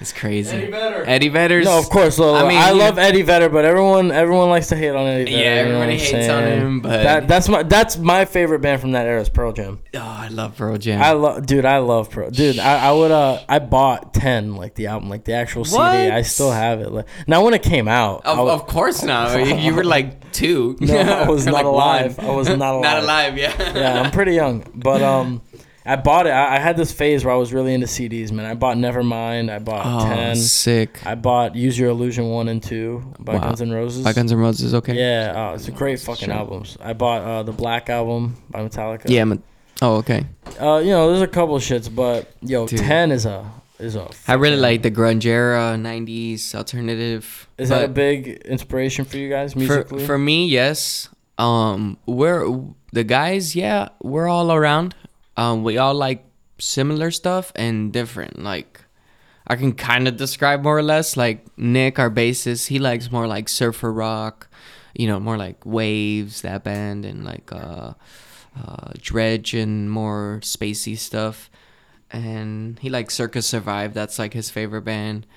C: it's crazy.
E: Any
C: Eddie,
E: better?
C: Vedder's.
B: no, of course. Though,
C: I
B: I
C: mean,
B: I
C: you-
B: love Eddie Vedder, but everyone everyone likes to hate on Eddie Vedder.
C: Yeah,
B: you know what
C: everybody
B: I'm
C: hates on
B: saying?
C: him, but
B: That, that's my that's my favorite band from that era is Pearl Jam.
C: oh, I love Pearl Jam.
B: I love, dude. I love Pearl. Dude, I, I would. Uh, I bought ten, like the album, like the actual CD. I
C: What?
B: still have it. Like now, when it came out, I
C: of,
B: w-
C: of course not. you were like two.
B: No, I was
C: Or,
B: not alive.
C: one.
B: I was not
C: not
B: alive.
C: alive. Yeah.
B: yeah, I'm pretty young, but um, I bought it. I, I had this phase where I was really into CDs, man. I bought Nevermind. I bought
C: Oh,
B: ten.
C: sick.
B: I bought Use Your Illusion one and two by
C: Wow.
B: Guns N' Roses.
C: By Guns N' Roses, okay.
B: yeah, oh, it's a great fucking
C: Sure.
B: albums. I bought uh, the Black album by Metallica.
C: Yeah. I'm a- oh, okay.
B: uh, you know, there's a couple shits, but yo,
C: Dude.
B: ten is a is a.
C: I really
B: fucking-
C: like the grunge era, '90s alternative.
B: Is that a
C: but
B: big inspiration for you guys
C: for
B: musically?
C: for me? Yes. Um, we're the guys. Yeah, we're all around. Um, we all like similar stuff and different. Like, I can kind of describe more or less. Like Nick, our bassist, he likes more like surfer rock. You know, more like waves that band and like uh, uh, dredge and more spacey stuff. And he likes Circus Survive. That's like his favorite band.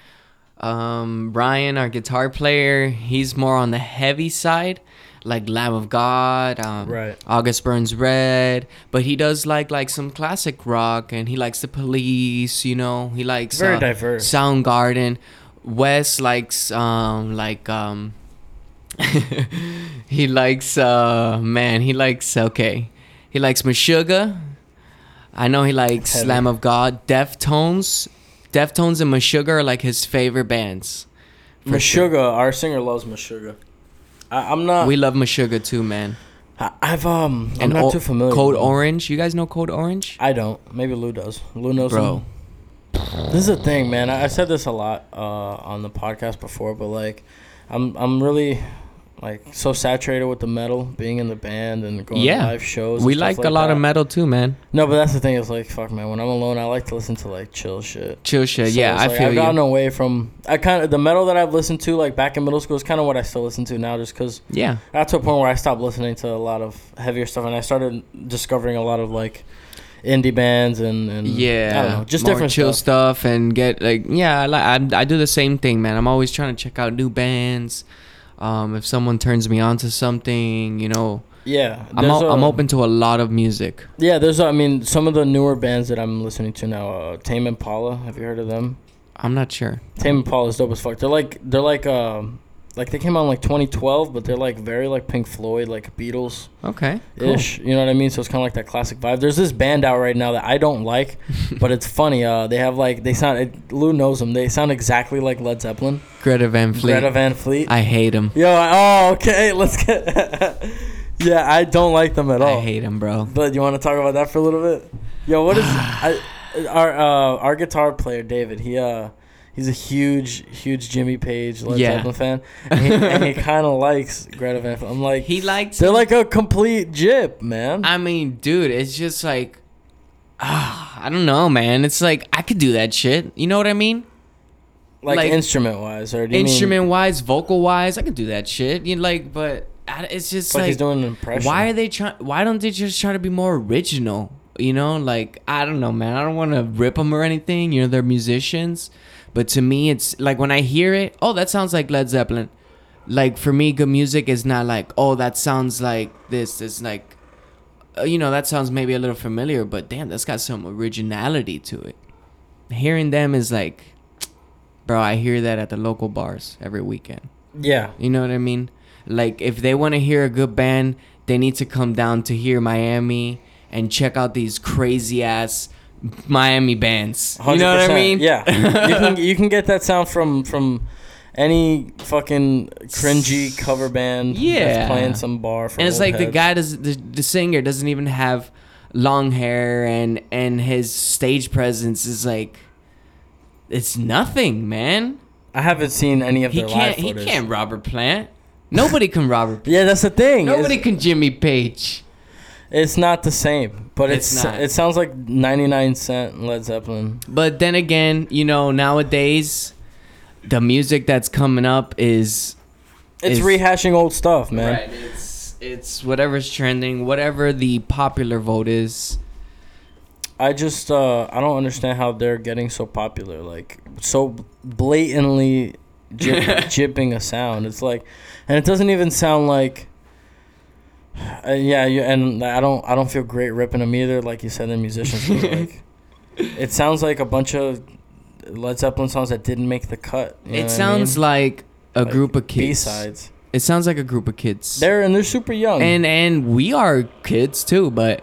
C: Um, Brian, our guitar player, he's more on the heavy side, like Lamb of God, um,
B: Right.
C: August Burns Red, but he does like like some classic rock, and he likes the Police. You know, he likes uh,
B: Very diverse.
C: Soundgarden. Wes likes um like um he likes uh man he likes okay he likes Meshuggah. I know he likes
B: Heavy.
C: Lamb of God, Deftones. Deftones and Meshuggah are like his favorite bands.
B: Meshuggah, our singer loves Meshuggah. I, I'm not.
C: We love Meshuggah too, man.
B: I, I've um. I'm not
C: O-
B: too familiar.
C: Code
B: with them.
C: Orange. You guys know Code Orange?
B: I don't. Maybe Lou does. Lou knows.
C: Bro.
B: them. This is the thing, man. I, I said this a lot uh, on the podcast before, but like, I'm I'm really like so saturated with the metal, being in the band and going
C: Yeah.
B: to live shows.
C: We
B: and stuff
C: like a lot
B: that.
C: of metal too, man.
B: No, but that's the thing. Is like, fuck, man. When I'm alone, I like to listen to like chill shit.
C: Chill shit.
B: So
C: yeah,
B: it's
C: I
B: like
C: feel
B: I've
C: you.
B: gotten away from I kind of the metal that I've listened to like back in middle school is kind of what I still listen to now, just because
C: yeah.
B: I got to a point where I stopped listening to a lot of heavier stuff and I started discovering a lot of like indie bands and, and
C: Yeah,
B: Mm. I don't know, just
C: more
B: different
C: chill
B: stuff.
C: stuff. and get like yeah, I, li- I I do the same thing, man. I'm always trying to check out new bands. Um, if someone turns me on to something, you know,
B: Yeah,
C: I'm
B: there's
C: o-
B: a-
C: I'm open to a lot of music.
B: Yeah, there's a, I mean some of the newer bands that I'm listening to now. Uh, Tame Impala, have you heard of them?
C: I'm not sure.
B: Tame Impala is dope as fuck. They're like they're like um like they came out in like 2012, but they're like very like Pink Floyd, like Beatles.
C: Okay, cool.
B: ish. You know what I mean? So it's kind of like that classic vibe. There's this band out right now that I don't like, but it's funny. Uh, they have like they sound. It, Lou knows them. They sound exactly like Led Zeppelin,
C: Greta Van Fleet.
B: Greta Van Fleet.
C: I hate him.
B: Yo, I, oh okay, let's get. yeah, I don't like them at all.
C: I hate him, bro.
B: But you want to talk about that for a little bit? Yo, what is I, our uh, our guitar player David? He uh. He's a huge, huge Jimmy Page Led
C: Yeah.
B: Zeppelin fan, and he, and he kind of likes Greta Van. Fleet. I'm like,
C: He likes.
B: they're like a complete jip, man.
C: I mean, dude, it's just like, ah, I don't know, man. It's like I could do that shit. You know what I mean?
B: like,
C: Like-
B: instrument wise or do you mean-
C: Instrument wise, vocal wise, I could do that shit. You know, like, but I, it's just
B: like,
C: like
B: he's doing an impression.
C: Why are they trying? Why don't they just try to be more original? You know, like I don't know, man. I don't want to rip them or anything. You know, they're musicians, but to me, it's like when I hear it, oh, that sounds like Led Zeppelin. Like for me, good music is not like, oh, that sounds like this. It's like, uh, you know, that sounds maybe a little familiar, but damn, that's got some originality to it. Hearing them is like, bro, I hear that at the local bars every weekend.
B: Yeah,
C: You know what I mean? Like if they want to hear a good band, they need to come down to here Miami and check out these crazy ass Miami bands. You know what I
B: 100%.
C: mean?
B: Yeah, you can you can get that sound from from any fucking cringy cover band.
C: Yeah.
B: that's playing some bar. For
C: and it's
B: old
C: like the
B: heads.
C: guy does the, the singer doesn't even have long hair and and his stage presence is like it's nothing man
B: I haven't seen any of
C: he
B: their live
C: can't he
B: footage.
C: can't robert plant nobody can robert
B: Yeah, that's the thing.
C: nobody
B: It's,
C: can jimmy page
B: it's not the same, but
C: It's
B: it's,
C: not.
B: it sounds like 99 Cent Led Zeppelin.
C: but then again you know nowadays the music that's coming up is
B: It's
C: Is-
B: rehashing old stuff, man.
C: right it's it's whatever's trending whatever the popular vote is
B: I just uh, I don't understand how they're getting so popular, like so blatantly jip, jipping a sound. It's like, and it doesn't even sound like. Uh, yeah, you, and I don't I don't feel great ripping them either. Like you said, the musicians. but, like, it sounds like a bunch of Led Zeppelin songs that didn't make the cut. you know
C: it
B: what I
C: sounds
B: mean?
C: like a
B: Like,
C: group of kids
B: B-sides.
C: it sounds like a group of kids
B: They're and they're super young.
C: and and we are kids too but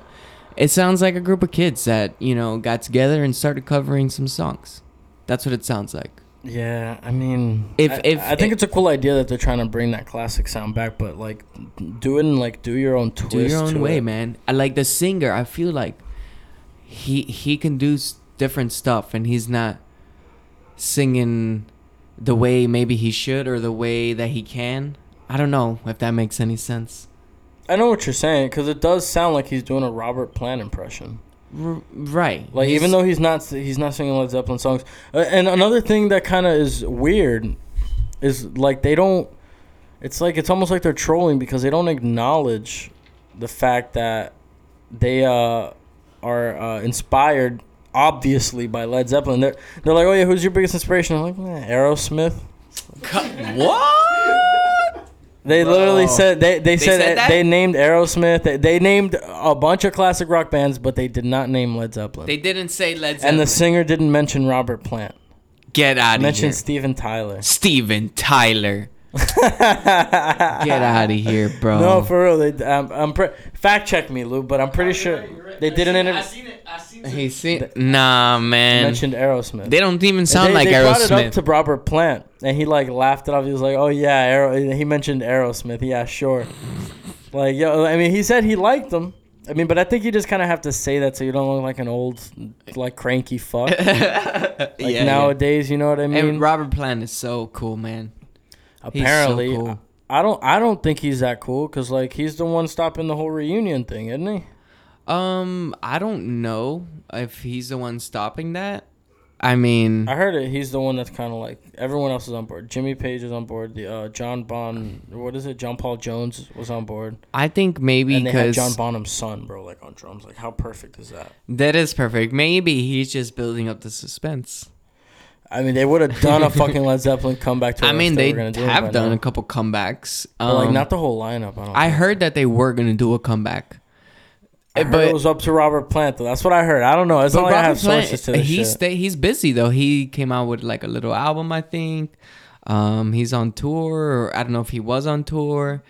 C: it sounds like a group of kids that you know got together and started covering some songs that's what it sounds like
B: Yeah, I mean,
C: If-
B: I,
C: if-
B: I think
C: i-
B: it's a cool idea that they're trying to bring that classic sound back, but like, do it in like do your own twist.
C: do your own
B: to
C: way
B: it.
C: man i like the singer i feel like he he can do s- different stuff and he's not singing the way maybe he should or the way that he can i don't know if that makes any sense
B: I know what you're saying because it does sound like he's doing a Robert Plant impression.
C: R- right
B: Like
C: He's-
B: even though he's not he's not singing Led Zeppelin songs. Uh, and another thing that kind of is weird is like they don't. It's like it's almost like they're trolling because they don't acknowledge the fact that they uh, are uh, inspired obviously by Led Zeppelin. They're they're like, oh yeah, who's your biggest inspiration? I'm like, "Eh, Aerosmith.
C: what
B: They literally said they, they, said,
C: said that?
B: they named Aerosmith. They, they named a bunch of classic rock bands, but they did not name Led Zeppelin.
C: they didn't say let's
B: and the singer didn't mention Robert Plant.
C: get out of here
B: Mention Steven Tyler.
C: Steven Tyler. Get out of here, bro.
B: No, for real. They, I'm, I'm pre- fact check me, Lou, but I'm pretty sure they did an
E: I
B: interview.
E: seen it. I seen it.
C: he seen nah, man.
B: Mentioned Aerosmith.
C: They don't even sound
B: they,
C: like
B: they brought it up
C: Aerosmith.
B: to Robert Plant, and he like laughed it off. He was like, "Oh yeah, Aero." He mentioned Aerosmith. Yeah, sure. like yo, I mean, he said he liked them. I mean, but I think you just kind of have to say that so you don't look like an old, like cranky fuck. Like
C: yeah,
B: nowadays, you know what I
C: yeah.
B: mean.
C: And Robert Plant is so cool, man. so
B: Apparently,
C: cool.
B: I don't. I don't think he's that cool because like he's the one stopping the whole reunion thing, isn't he?
C: Um, I don't know if he's the one stopping that. I mean,
B: I heard it. He's the one that's kind of like everyone else is on board. Jimmy Page is on board. The uh, John Bon, what is it? John Paul Jones was on board,
C: I think maybe
B: and they had John
C: because
B: Bonham's son, bro, like on drums. Like, how perfect is that?
C: that is perfect. Maybe he's just building up the suspense.
B: I mean, they would have done a fucking Led Zeppelin comeback tour.
C: I
B: if
C: mean, they
B: were gonna do it by
C: have done
B: now.
C: a couple comebacks. Um,
B: But, like not the whole lineup. I don't.
C: I heard that they were gonna do a comeback.
B: I heard
C: but-
B: it was up to Robert Plant though. That's what I heard. I don't know. It's not like I have sources to this
C: he
B: shit.
C: stay, he's busy though. He came out with like a little album, I think. Um, he's on tour, or I don't know if he was on tour.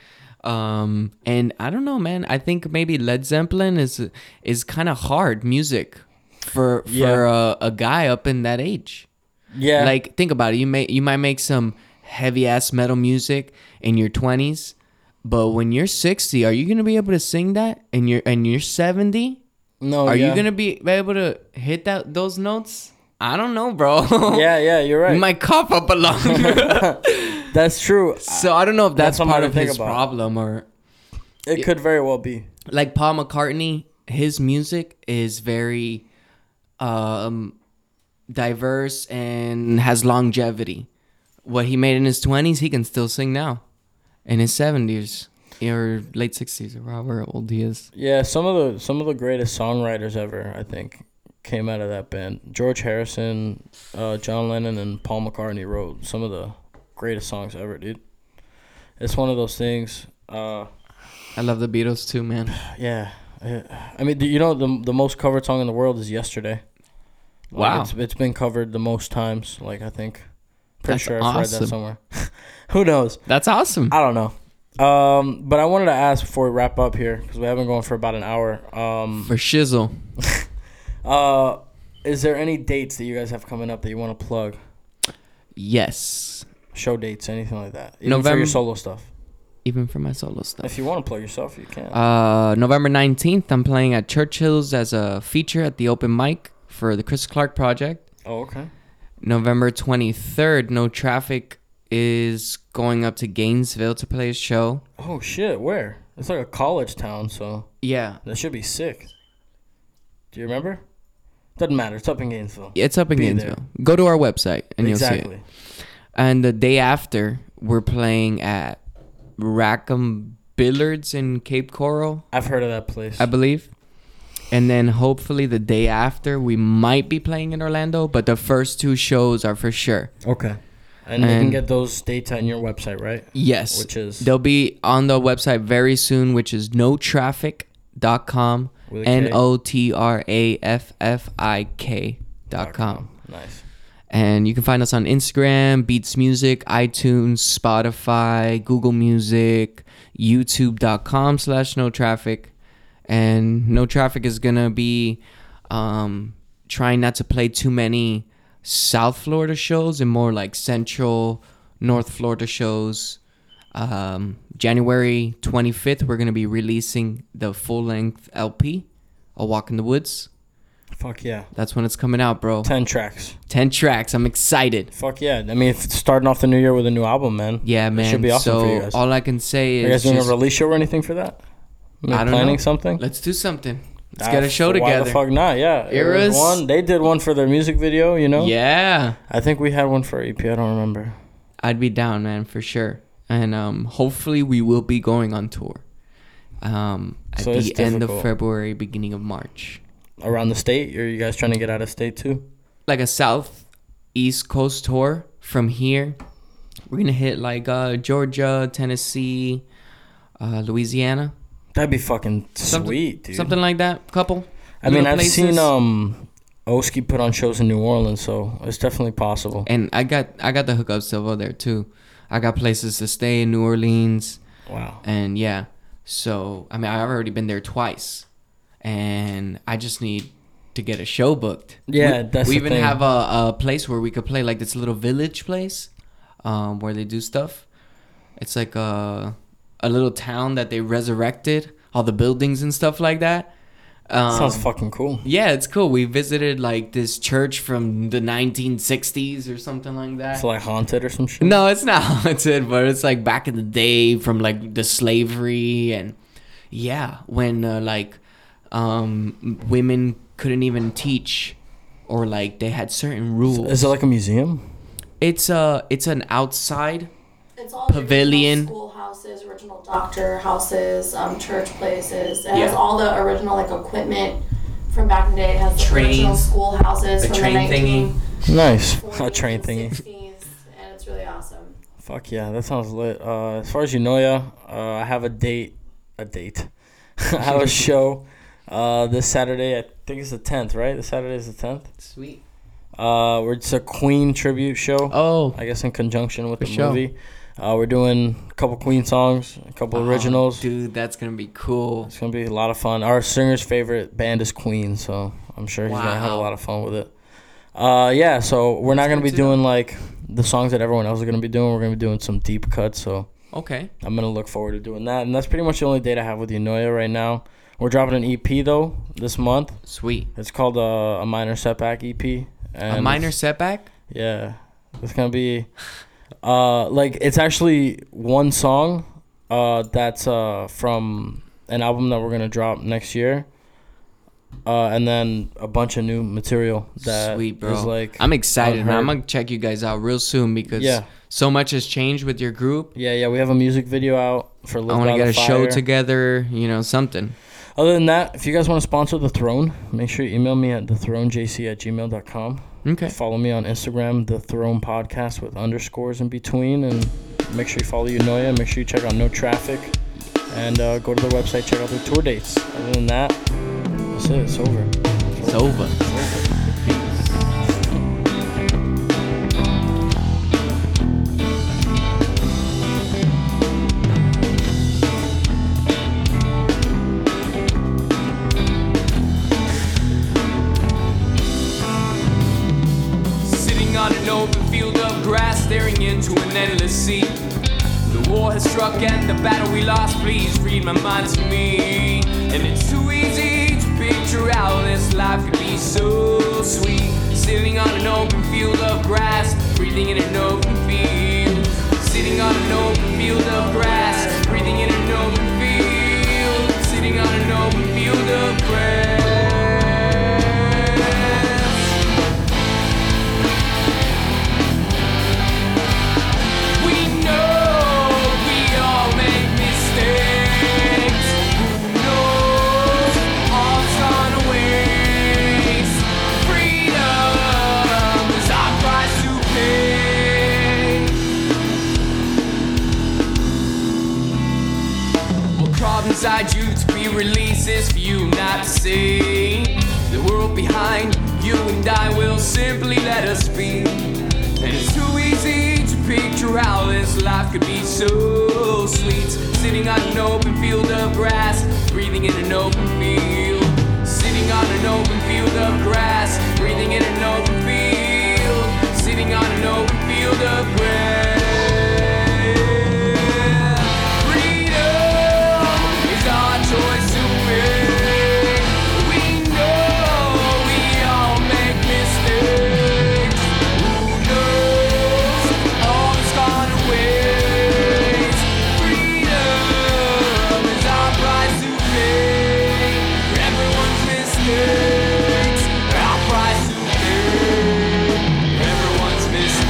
C: Um, and I don't know, man. I think maybe Led Zeppelin is is kind of hard music for for
B: Yeah.
C: a, a guy up in that age.
B: yeah,
C: Like, think about it. You may you might make some heavy ass metal music in your twenties, but when you're sixty, are you gonna be able to sing that? And you're and you're seventy.
B: no.
C: Are
B: Oh, yeah.
C: you gonna be able to hit that those notes? I don't know, bro.
B: Yeah, yeah. You're right.
C: you might cough up a lung.
B: that's true.
C: so I don't know if that's,
B: something
C: part
B: to
C: of
B: think
C: his
B: about.
C: problem or
B: It could very well be.
C: like Paul McCartney. His music is very um, diverse and has longevity. What he made in his twenties, he can still sing now, in his seventies or late sixties or however old he is.
B: Yeah, some of the some of the greatest songwriters ever, I think, came out of that band. George Harrison, uh, John Lennon, and Paul McCartney wrote some of the greatest songs ever, dude. It's one of those things. Uh,
C: I love the Beatles too, man.
B: yeah, uh, I I mean, do you know the the most covered song in the world is "Yesterday." Like,
C: Wow.
B: it's, it's been covered the most times. Like I think, pretty
C: That's
B: sure I've read
C: awesome.
B: that somewhere. Who knows?
C: That's awesome.
B: I don't know. Um, but I wanted to ask before we wrap up here because we have been going for about an hour. Um,
C: For shizzle.
B: uh, is there any dates that you guys have coming up that you want to plug?
C: Yes.
B: Show dates, anything like that? Even for your
C: November-
B: solo stuff.
C: Even for my solo stuff.
B: If you want to plug yourself, you can.
C: Uh, November 19th, I'm playing at Churchill's as a feature at the open mic for the Chris Clark Project.
B: oh, okay.
C: November 23rd, No Traffic is going up to Gainesville to play a show.
B: Oh shit, where? It's like a college town, so
C: Yeah.
B: that should be sick. Do you remember? Doesn't matter. It's up in Gainesville.
C: It's up in
B: Be there.
C: Gainesville. Go to our website and you'll see it.
B: exactly.
C: And the day after, we're playing at Rackham Billards in Cape Coral.
B: I've heard of that place.
C: I believe. And then hopefully the day after we might be playing in Orlando, but the first two shows are for sure.
B: okay. And, you can
C: And-
B: get those dates on your website, right?
C: Yes.
B: Which is-
C: they'll be on the website very soon, which is notraffic.com.
B: With a K.
C: N O T R A F F I K dot com.
B: Nice.
C: And you can find us on Instagram, Beats Music, iTunes, Spotify, Google Music, YouTube.com slash no traffic. And no traffic is gonna be um, trying not to play too many South Florida shows and more like central North Florida shows. Um, January 25th, we're gonna be releasing the full length LP, A Walk in the Woods.
B: Fuck yeah.
C: That's when it's coming out, bro.
B: Ten tracks.
C: 10 tracks. I'm excited.
B: Fuck yeah. I mean, it's starting off the new year with a new album, man.
C: Yeah, man.
B: should be awesome
C: so
B: for you guys.
C: all I can say
B: Are you guys
C: is
B: doing
C: just-
B: a release show or anything for that? Are you
C: I don't
B: planning
C: know.
B: something?
C: let's do something. Let's
B: Ah,
C: get a show
B: Why
C: together.
B: the fuck not? Yeah. There was
C: Eras?
B: One. They did one for their music video, you know?
C: Yeah,
B: I think we had one for EP. I don't remember.
C: I'd be down, man, for sure. And um, hopefully we will be going on tour um, at
B: So
C: the
B: it's
C: end
B: difficult.
C: of February, beginning of March.
B: Around the state? Or are you guys trying to get out of state too?
C: Like a South East Coast tour from here. We're gonna hit like uh, Georgia, Tennessee, uh, Louisiana,
B: That'd be fucking
C: Something-
B: sweet, dude.
C: something like that. Couple.
B: I mean,
C: little
B: I've seen
C: places.
B: um Oski put on shows in New Orleans, so it's definitely possible.
C: and I got I got the hookups over there too. I got places to stay in New Orleans,
B: Wow.
C: and yeah. So I mean, I've already been there twice, and I just need to get a show booked.
B: Yeah,
C: we,
B: that's
C: we
B: the
C: even
B: thing.
C: have a, a place where we could play, like this little village place, um, where they do stuff. It's like a a little town that they resurrected, all the buildings and stuff like that. Um,
B: Sounds fucking cool.
C: yeah, it's cool. We visited like this church from the 1960s or something like that.
B: It's like haunted or some shit.
C: No, it's not haunted, but it's like back in the day from like the slavery and yeah, when uh, like um women couldn't even teach or like they had certain rules.
B: Is it like a museum?
C: it's a it's an outside
D: It's all
C: Pavilion.
D: original schoolhouses, original doctor houses, um, church places. It has
C: Yeah.
D: all the original like equipment from back in the day. It has the original
C: Trains.
D: schoolhouses
C: A
D: from
C: train
D: the
C: thingy.
D: 1940s
B: Nice. A train
D: and
B: thingy.
D: 60s, and it's really awesome.
B: Fuck yeah, that sounds lit. Uh, as far as you know, yeah, uh, I have a date. A date. I have a show uh, this Saturday. I think it's the 10th, right? The Saturday is the 10th.
C: sweet.
B: Uh, we're, it's a Queen tribute show.
C: Oh,
B: I guess in conjunction with
C: For
B: the
C: sure.
B: movie. Uh, we're doing a couple Queen songs, a couple originals.
C: Oh, dude, that's going to be cool.
B: It's gonna be a lot of fun. Our singer's favorite band is Queen, so I'm sure he's gonna have a
C: Wow.
B: lot of fun with it. Uh, yeah, so we're not gonna be
C: good to know.
B: doing like the songs that everyone else is gonna be doing. We're gonna be doing some deep cuts, so
C: Okay.
B: I'm gonna look forward to doing that. And that's pretty much the only date I have with Unoya right now. We're dropping an EP though this month.
C: Sweet.
B: It's called uh, a minor setback EP. And
C: a minor
B: it's-
C: setback?
B: yeah, it's gonna be, uh, like it's actually one song, uh, that's uh from an album that we're gonna drop next year. Uh, and then a bunch of new material that
C: Sweet, bro.
B: is like
C: I'm excited, man. I'm
B: unheard.
C: going to check you guys out real soon because
B: Yeah.
C: so much has changed with your group.
B: yeah yeah we have a music video out for Live
C: I want
B: By
C: to get
B: the
C: a show
B: Fire.
C: together, you know, something.
B: Other than that, if you guys want to sponsor the throne, make sure you email me at thetronejc at gmail.com.
C: Okay.
B: Follow me on Instagram, the Throne Podcast with underscores in between, and make sure you follow Unoya. Make sure you check out No Traffic, and uh, go to their website. Check out their tour dates. Other than that, that's it. It's over.
C: It's over.
A: endless sea. The war has struck and the battle we lost. Please read my mind to me. And it's too easy to picture how this life could be so sweet. Sitting on an open field of grass, breathing in an open field. Sitting on an open field of grass, breathing in an open field. Sitting on an open field of grass. We know we all make mistakes. Who knows? All's gone to waste. Freedom is our price to pay. What crawled inside you to be released is for you not to see. The world behind you and I will simply let us be. And it's too easy to picture how this life could be so sweet. Sitting on an open field of grass, breathing in an open field. Sitting on an open field of grass, breathing in an open field. Sitting on an open field of grass. Freedom is our choice to make. We know we all make mistakes. Who knows? All's gone to waste. Freedom is our price to pay. For everyone's mistakes, our price to pay. Everyone's mistakes.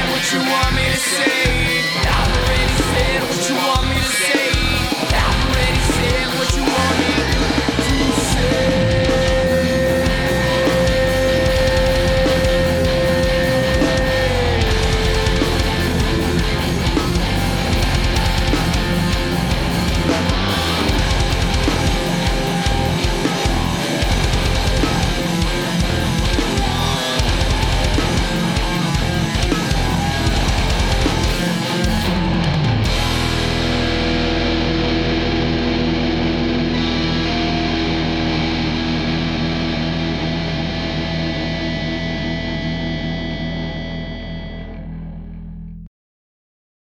A: say. I've already said what you want